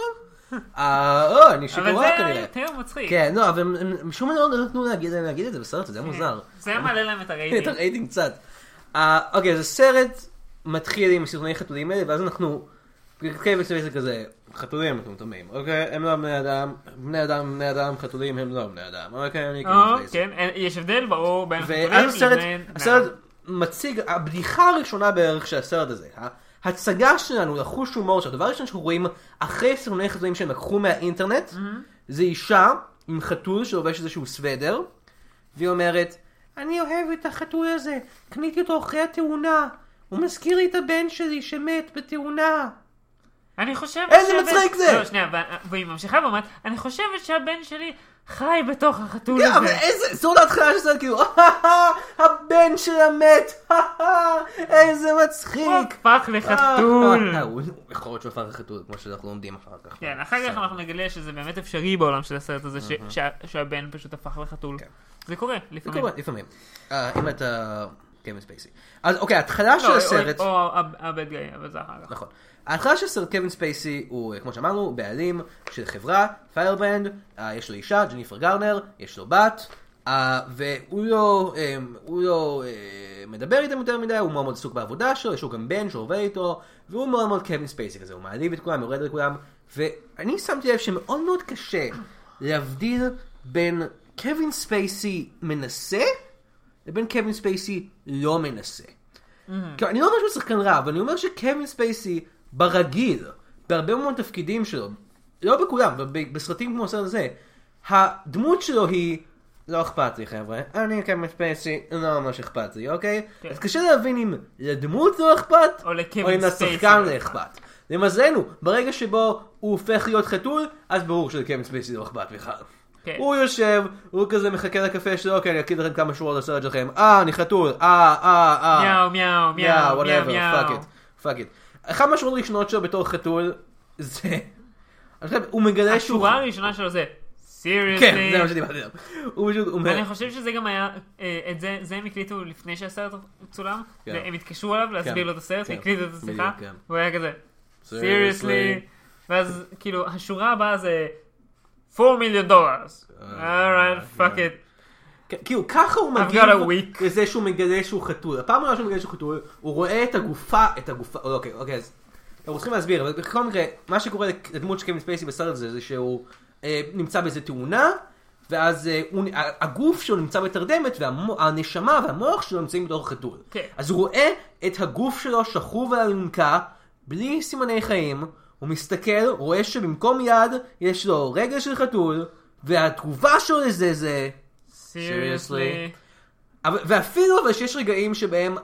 [SPEAKER 1] אה, או, אני
[SPEAKER 2] אבל
[SPEAKER 1] שיכורה
[SPEAKER 2] זה היה
[SPEAKER 1] כנראה.
[SPEAKER 2] יותר מצחיק.
[SPEAKER 1] כן, לא, אבל הם- הם- הם משום מה לא נתנו להגיד להם להגיד את זה בסרט, זה היה
[SPEAKER 2] כן.
[SPEAKER 1] מוזר.
[SPEAKER 2] זה היה מעלה להם את
[SPEAKER 1] את
[SPEAKER 2] הרייטינג.
[SPEAKER 1] הרייטינג קצת. אה, אוקיי, אז הסרט מתחיל עם סרטוני חתולים האלה, ואז אנחנו... כן, בסדר, זה כזה, חתולים אתם טומאים, אוקיי? הם לא בני אדם, בני אדם, בני אדם, חתולים הם לא בני אדם, אוקיי? אני כאילו
[SPEAKER 2] או,
[SPEAKER 1] מזדהה עם זה.
[SPEAKER 2] כן, אה, יש הבדל ברור בין חתולים
[SPEAKER 1] ואז הסרט,
[SPEAKER 2] לבין-
[SPEAKER 1] הסרט מציג, הבדיחה הראשונה בערך של הסרט הזה, ההצגה שלנו לחוש הומור, שהדבר הראשון שאנחנו רואים אחרי סרטוני חתולים שהם לקחו מהאינטרנט, זה אישה עם חתול שלובש איזשהו סוודר, והיא אומרת, אני אוהבת את החתול הזה, קניתי אותו אחרי התאונה, הוא מזכיר לי את הבן שלי שמת בתאונה.
[SPEAKER 2] אני חושבת
[SPEAKER 1] איזה
[SPEAKER 2] שהבן-
[SPEAKER 1] מצחיק זה!
[SPEAKER 2] לא, שנייה, ו- והיא ממשיכה ואומרת, אני חושבת שהבן שלי חי בתוך החתול
[SPEAKER 1] כן, אבל
[SPEAKER 2] הזה.
[SPEAKER 1] איזה, זו להתחלה של סרט, כאילו, "אההה, הבן שלה מת, אההה, איזה
[SPEAKER 2] הוא
[SPEAKER 1] מצחיק.
[SPEAKER 2] הפך לחתול.
[SPEAKER 1] אה, הוא- יכול להיות שהוא הפך לחתול, כמו שאנחנו לומדים אחר כך.
[SPEAKER 2] כן, אחר כך אנחנו נגלה שזה באמת אפשרי בעולם של הסרט הזה, ש- שה- שהבן פשוט הפך לחתול. זה קורה,
[SPEAKER 1] כן. זה
[SPEAKER 2] לפעמים.
[SPEAKER 1] קורה, לפעמים. אה, אם אתה קווין ספייסי. אז אוקיי, ההתחלה
[SPEAKER 2] לא,
[SPEAKER 1] של
[SPEAKER 2] או-
[SPEAKER 1] הסרט,
[SPEAKER 2] או ה- הבד גיא, אבל זה אחר כך.
[SPEAKER 1] נכון. ההתחלה של סרט קווין ספייסי הוא, אה, כמו שאמרנו, הוא בעלים של חברה, פיירבנד, אה, יש לו אישה, ג'ניפר גרנר, יש לו בת. אה, והוא לא, אה, הוא לא אה, מדבר איתם יותר מדי, הוא מאוד מאוד עסוק בעבודה שלו, יש לו גם בן שעובד איתו, והוא מאוד מאוד קווין ספייסי כזה, הוא מעליב את כולם, יורד לכולם, ואני שמתי לב שמאוד מאוד קשה להבדיל בין קווין ספייסי מנסה, לבין קווין ספייסי לא מנסה.
[SPEAKER 2] Mm-hmm.
[SPEAKER 1] כאילו, אני לא אומר שהוא שחקן רע, אבל אני אומר שקווין ספייסי, ברגיל, בהרבה מאוד תפקידים שלו, לא בכולם, אבל ב- בסרטים כמו הסרט הזה, הדמות שלו היא, לא אכפת לי חבר'ה, אני קווין ספייסי, לא ממש אכפת לי, אוקיי?
[SPEAKER 2] כן.
[SPEAKER 1] אז קשה להבין אם לדמות לא אכפת,
[SPEAKER 2] או לקווין
[SPEAKER 1] אם
[SPEAKER 2] ספייסי
[SPEAKER 1] לשחקן
[SPEAKER 2] לא
[SPEAKER 1] לא אכפת. למזלנו, ברגע שבו הוא הופך להיות חתול, אז ברור שלקווין ספייסי לא אכפת בכלל.
[SPEAKER 2] כן.
[SPEAKER 1] הוא יושב, הוא כזה מחכה לקפה שלו, אוקיי, אני אקליט לכם כמה שורות לסרט שלכם, אה, אני חתול, אה, אה, אה.
[SPEAKER 2] מיאו, מיאו, מיאו,
[SPEAKER 1] פאק
[SPEAKER 2] מיאו, מיאו.
[SPEAKER 1] איט, פאק איט. אחת מהשורות הראשונות שלו בתור חתול, זה... אני חושב, הוא מגלה שהוא...
[SPEAKER 2] השורה הראשונה שלו זה,
[SPEAKER 1] כן,
[SPEAKER 2] סיריוסלי.
[SPEAKER 1] זה מה שדיברתי עליו. הוא פשוט... הוא אומר-
[SPEAKER 2] אני חושב שזה גם היה, אה, את זה, זה הם הקליטו לפני שהסרט צולם,
[SPEAKER 1] כן.
[SPEAKER 2] והם התקשרו אליו להסביר
[SPEAKER 1] כן,
[SPEAKER 2] לו את הסרט,
[SPEAKER 1] כן.
[SPEAKER 2] הקליטו את השיחה,
[SPEAKER 1] בדיוק, כן.
[SPEAKER 2] והוא היה כזה,
[SPEAKER 1] Seriously.
[SPEAKER 2] סיריוסלי, ואז כאילו השורה הבאה זה 4 מיליון דולרס,
[SPEAKER 1] אה,
[SPEAKER 2] alright, fuck
[SPEAKER 1] כן.
[SPEAKER 2] it,
[SPEAKER 1] כ- כאילו, ככה הוא
[SPEAKER 2] I've
[SPEAKER 1] מגיב
[SPEAKER 2] got a week.
[SPEAKER 1] לזה שהוא מגלה שהוא חתול. הפעם הראשונה שהוא מגלה שהוא חתול, הוא רואה את הגופה, את הגופה, או, אוקיי, אוקיי, אז... אנחנו צריכים להסביר, אבל בכל מקרה, מה שקורה לדמות של קווין ספייסי בסרט הזה, זה שהוא אה, נמצא באיזה תאונה, ואז אה, הוא, נ- ה- הגוף שלו נמצא בתרדמת, והנשמה והמוח שלו נמצאים בתוך החתול.
[SPEAKER 2] כן.
[SPEAKER 1] אז הוא רואה את הגוף שלו שכוב על אלונקה, בלי סימני חיים, הוא מסתכל, רואה שבמקום יד, יש לו רגל של חתול, והתגובה שלו לזה זה...
[SPEAKER 2] סיריוסלי.
[SPEAKER 1] אבל, ואפילו אבל שיש רגעים שבהם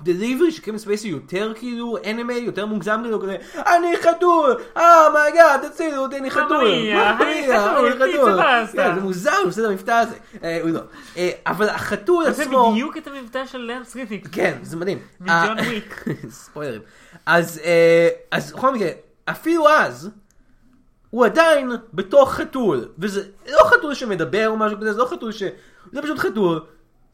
[SPEAKER 1] הדליברי של קווין ספייסי יותר כאילו אנימה, יותר מוגזם כאילו כזה, אני חתול! אה מה גאד, תצילו אותי, אני חתול!
[SPEAKER 2] מריה,
[SPEAKER 1] מה
[SPEAKER 2] אני
[SPEAKER 1] מריה,
[SPEAKER 2] חתול, פיצה פסטה."
[SPEAKER 1] כן, זה מוזר, הוא עושה את המבטא הזה. אה, הוא לא. אה, אבל החתול
[SPEAKER 2] זה
[SPEAKER 1] עצמו...
[SPEAKER 2] בדיוק את המבטא של לאנס ריטיק.
[SPEAKER 1] כן, זה מדהים.
[SPEAKER 2] מג'ון
[SPEAKER 1] אה,
[SPEAKER 2] וויק.
[SPEAKER 1] ספוילרים. אז אה, אז בכל מקרה, אפילו אז, הוא עדיין בתוך חתול, וזה לא חתול שמדבר או משהו כזה, זה לא חתול ש... זה פשוט חתול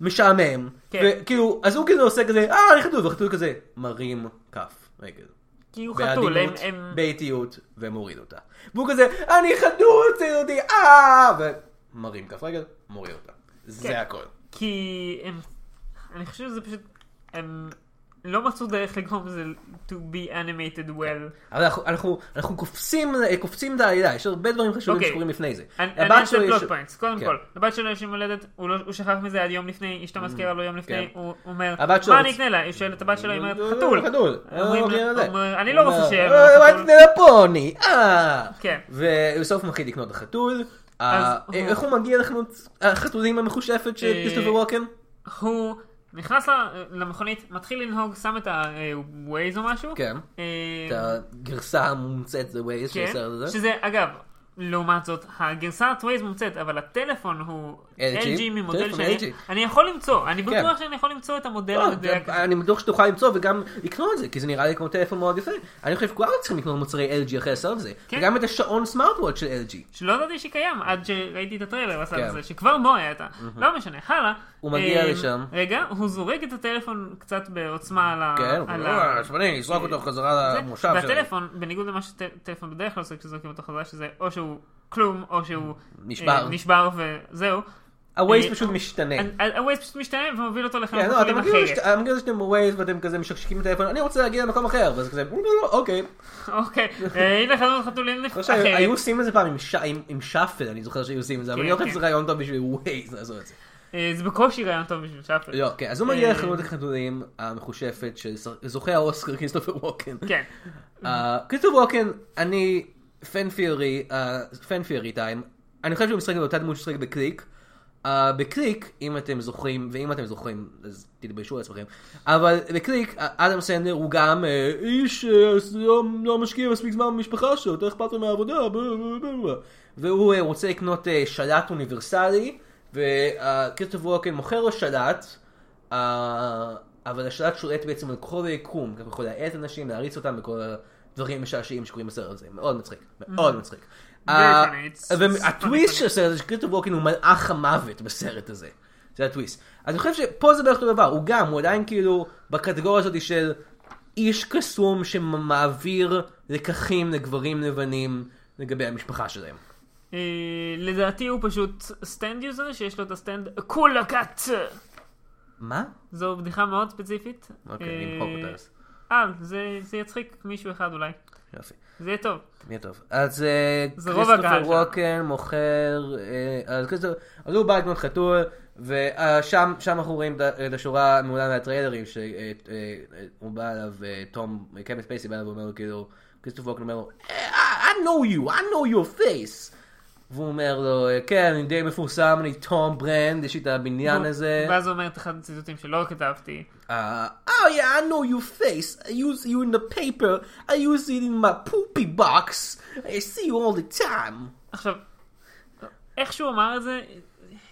[SPEAKER 1] משעמם.
[SPEAKER 2] כן.
[SPEAKER 1] וכאילו, אז הוא כזה עושה כזה, אה, אני חתול, והחתול כזה מרים כף רגל.
[SPEAKER 2] כי הוא חתול, הם...
[SPEAKER 1] בעדינות,
[SPEAKER 2] הם-
[SPEAKER 1] באיטיות, ומוריד אותה. והוא כזה, אני חתול, ציל אותי, אה! ומרים כף רגל, מוריד אותה.
[SPEAKER 2] כן.
[SPEAKER 1] זה הכל.
[SPEAKER 2] כי הם... אני חושב שזה פשוט... הם לא מצאו דרך לגרום לזה to be animated well.
[SPEAKER 1] אבל אנחנו, אנחנו, אנחנו קופצים, אה, קופצים את העלילה, יש הרבה דברים חשובים
[SPEAKER 2] אוקיי.
[SPEAKER 1] שקורים לפני זה.
[SPEAKER 2] אני
[SPEAKER 1] הבת
[SPEAKER 2] אני אעשה
[SPEAKER 1] שלו יש-
[SPEAKER 2] פלוט פוינטס, קודם
[SPEAKER 1] כן.
[SPEAKER 2] כל. לבת שלו יש יום הולדת, הוא לא- הוא שכח מזה עד יום לפני, אשתו מזכירה לו יום לפני,
[SPEAKER 1] כן.
[SPEAKER 2] הוא אומר,
[SPEAKER 1] הבת שלו
[SPEAKER 2] מה
[SPEAKER 1] רוצה-
[SPEAKER 2] אני אקנה לה? היא שואלת את הבת שלו, היא אומרת,
[SPEAKER 1] לא, לא,
[SPEAKER 2] חתול. אה,
[SPEAKER 1] חתול.
[SPEAKER 2] אומרים
[SPEAKER 1] לא,
[SPEAKER 2] לה-
[SPEAKER 1] לא,
[SPEAKER 2] אומר, "אני לא רוצה שיהיה
[SPEAKER 1] לא,
[SPEAKER 2] לו
[SPEAKER 1] לא,
[SPEAKER 2] חתול."
[SPEAKER 1] אל תתנה לפוני, אה.
[SPEAKER 2] כן.
[SPEAKER 1] ובסוף מחליט לקנות לחתול. אה,
[SPEAKER 2] הוא-
[SPEAKER 1] איך הוא מגיע לחנות החתולים המחושפת של
[SPEAKER 2] אה,
[SPEAKER 1] כריסטופר ווקן?
[SPEAKER 2] הוא נכנס ל- למכונית, מתחיל לנהוג, שם את ה-Waze או משהו.
[SPEAKER 1] כן.
[SPEAKER 2] אה,
[SPEAKER 1] את הגרסה המומצאת זה ווייז של
[SPEAKER 2] כן,
[SPEAKER 1] הסרט הזה.
[SPEAKER 2] שזה אגב, לעומת זאת, הגרסת Waze מומצאת, אבל הטלפון הוא
[SPEAKER 1] LG,
[SPEAKER 2] LG ממודל
[SPEAKER 1] טלפון
[SPEAKER 2] שאני
[SPEAKER 1] LG.
[SPEAKER 2] אני יכול למצוא, אני
[SPEAKER 1] כן.
[SPEAKER 2] בטוח שאני יכול למצוא את המודל
[SPEAKER 1] לא,
[SPEAKER 2] המדויק. הזה.
[SPEAKER 1] אני בטוח שתוכל למצוא וגם לקנות את זה, כי זה נראה לי כמו טלפון מאוד יפה. אני חושב שכולנו צריכים לקנות מוצרי LG אחרי הסרט הזה.
[SPEAKER 2] כן.
[SPEAKER 1] וגם את השעון סמארטוואט של LG.
[SPEAKER 2] שלא ידעתי שקיים עד שראיתי את הטריילר בסרט
[SPEAKER 1] כן.
[SPEAKER 2] הזה, שכבר בו היה איתה. לא משנה, הלאה.
[SPEAKER 1] הוא מגיע
[SPEAKER 2] אה,
[SPEAKER 1] לשם.
[SPEAKER 2] רגע, הוא זורק את הטלפון קצת בעוצמה על ה...
[SPEAKER 1] כן,
[SPEAKER 2] על
[SPEAKER 1] הוא
[SPEAKER 2] ה-
[SPEAKER 1] אומר, "שמני, זרוק אותו
[SPEAKER 2] זה.
[SPEAKER 1] חזרה למושב שלו.
[SPEAKER 2] והטלפון, בניגוד למה שטלפון בדרך כלל עושה כשזורקים אותו חזרה, שזה או שהוא כלום, או שהוא
[SPEAKER 1] נשבר.
[SPEAKER 2] אה, נשבר וזהו.
[SPEAKER 1] הווייז
[SPEAKER 2] אה,
[SPEAKER 1] פשוט משתנה.
[SPEAKER 2] הווייז פשוט משתנה ומוביל אותו לחנות
[SPEAKER 1] כן, לא, אתם
[SPEAKER 2] חולים
[SPEAKER 1] מכירים
[SPEAKER 2] אחרת.
[SPEAKER 1] שאתם- אתם מכירים שאתם בווייז ואתם כזה משקשקים את הטלפון, אני רוצה להגיע למקום אחר, ואז כזה, "לא, לא, לא, אוקיי.
[SPEAKER 2] אוקיי, אה, הנה חנות חתולים
[SPEAKER 1] אני
[SPEAKER 2] אחרת.
[SPEAKER 1] חושב שהיו עושים את זה פעם עם ש- עם- עם שאפל, אני זוכר שהיו עושים את זה, אבל
[SPEAKER 2] כן,
[SPEAKER 1] אני לא חושב
[SPEAKER 2] כן.
[SPEAKER 1] שזה רעיון טוב בשביל ווייז לעשות את זה.
[SPEAKER 2] אה, זה בקושי רעיון טוב בשביל שפר.
[SPEAKER 1] לא, כן, אז הוא מגיע
[SPEAKER 2] אה.
[SPEAKER 1] לחנות החתולים המחושפת של שר- זוכה האוסקר כריסטופר ווקן.
[SPEAKER 2] כן.
[SPEAKER 1] אה, כריסטופר ווקן, אני אה, פן פיורי, פן פיורי טיים, אני חושב שהוא משחק באותה דמות ששחק בקליק. אה, בקליק, אם אתם זוכרים, ואם אתם זוכרים, אז תתביישו לעצמכם, אבל בקליק, אה, אדם סנדלר הוא גם אה, איש אה, ס- לא- לא משקיע מספיק זמן במשפחה שלו, יותר אכפת לו מהעבודה, ב- ב- ב- ב- והוא אה, רוצה לקנות אה, שלט אוניברסלי, וכריסטופר ווקן אוקיי, מוכר לו שלט, אה, אבל השלט שולט בעצם על כל היקום, גם יכול להאט אנשים, להריץ אותם וכל הדברים המשעשעים שקורים בסרט הזה, מאוד מצחיק, מאוד מצחיק. אה,
[SPEAKER 2] Mm-hmm. funny, it's- it's
[SPEAKER 1] והטוויסט
[SPEAKER 2] funny,
[SPEAKER 1] של הסרט הזה, שקריסטופר ווקן הוא מלאך המוות בסרט הזה. זה הטוויסט. אז אני חושב שפה זה בערך אותו דבר, הוא גם, הוא עדיין כאילו בקטגוריה הזאת של איש קסום שמעביר לקחים לגברים לבנים לגבי המשפחה שלהם.
[SPEAKER 2] אה, לדעתי הוא פשוט סטנד יוזר שיש לו את הסטנד כולה קאט.
[SPEAKER 1] מה?
[SPEAKER 2] זו בדיחה מאוד ספציפית.
[SPEAKER 1] אוקיי,
[SPEAKER 2] אה,
[SPEAKER 1] נמחוק אותה אז.
[SPEAKER 2] אה, זה זה יצחיק מישהו אחד אולי.
[SPEAKER 1] יופי.
[SPEAKER 2] זה יהיה טוב.
[SPEAKER 1] יהיה טוב. אז אה,
[SPEAKER 2] זה רוב
[SPEAKER 1] כריסטופר
[SPEAKER 2] הקהל שם.
[SPEAKER 1] ווקן מוכר, אה, אז כריסטופר- אז הוא בא לקנות חתול, ושם אנחנו רואים את ה- את השורה המעולה מהטריילרים, שהוא בא אליו, אה, תום, קווין ספייסי בא אליו ואומר לו כאילו, כריסטופר ווקן אומר לו, "I I know you, I know your face. והוא אומר לו, "אה, כן, אני די מפורסם, אני תום ברנד, יש לי את הבניין הזה.
[SPEAKER 2] ואז הוא אומר את אחד הציטוטים שלא כתבתי.
[SPEAKER 1] Uh, oh yeah, I know your face. I use you in the paper. I use it in my poopy box. I see you all the time.
[SPEAKER 2] עכשיו, איך שהוא אמר את זה,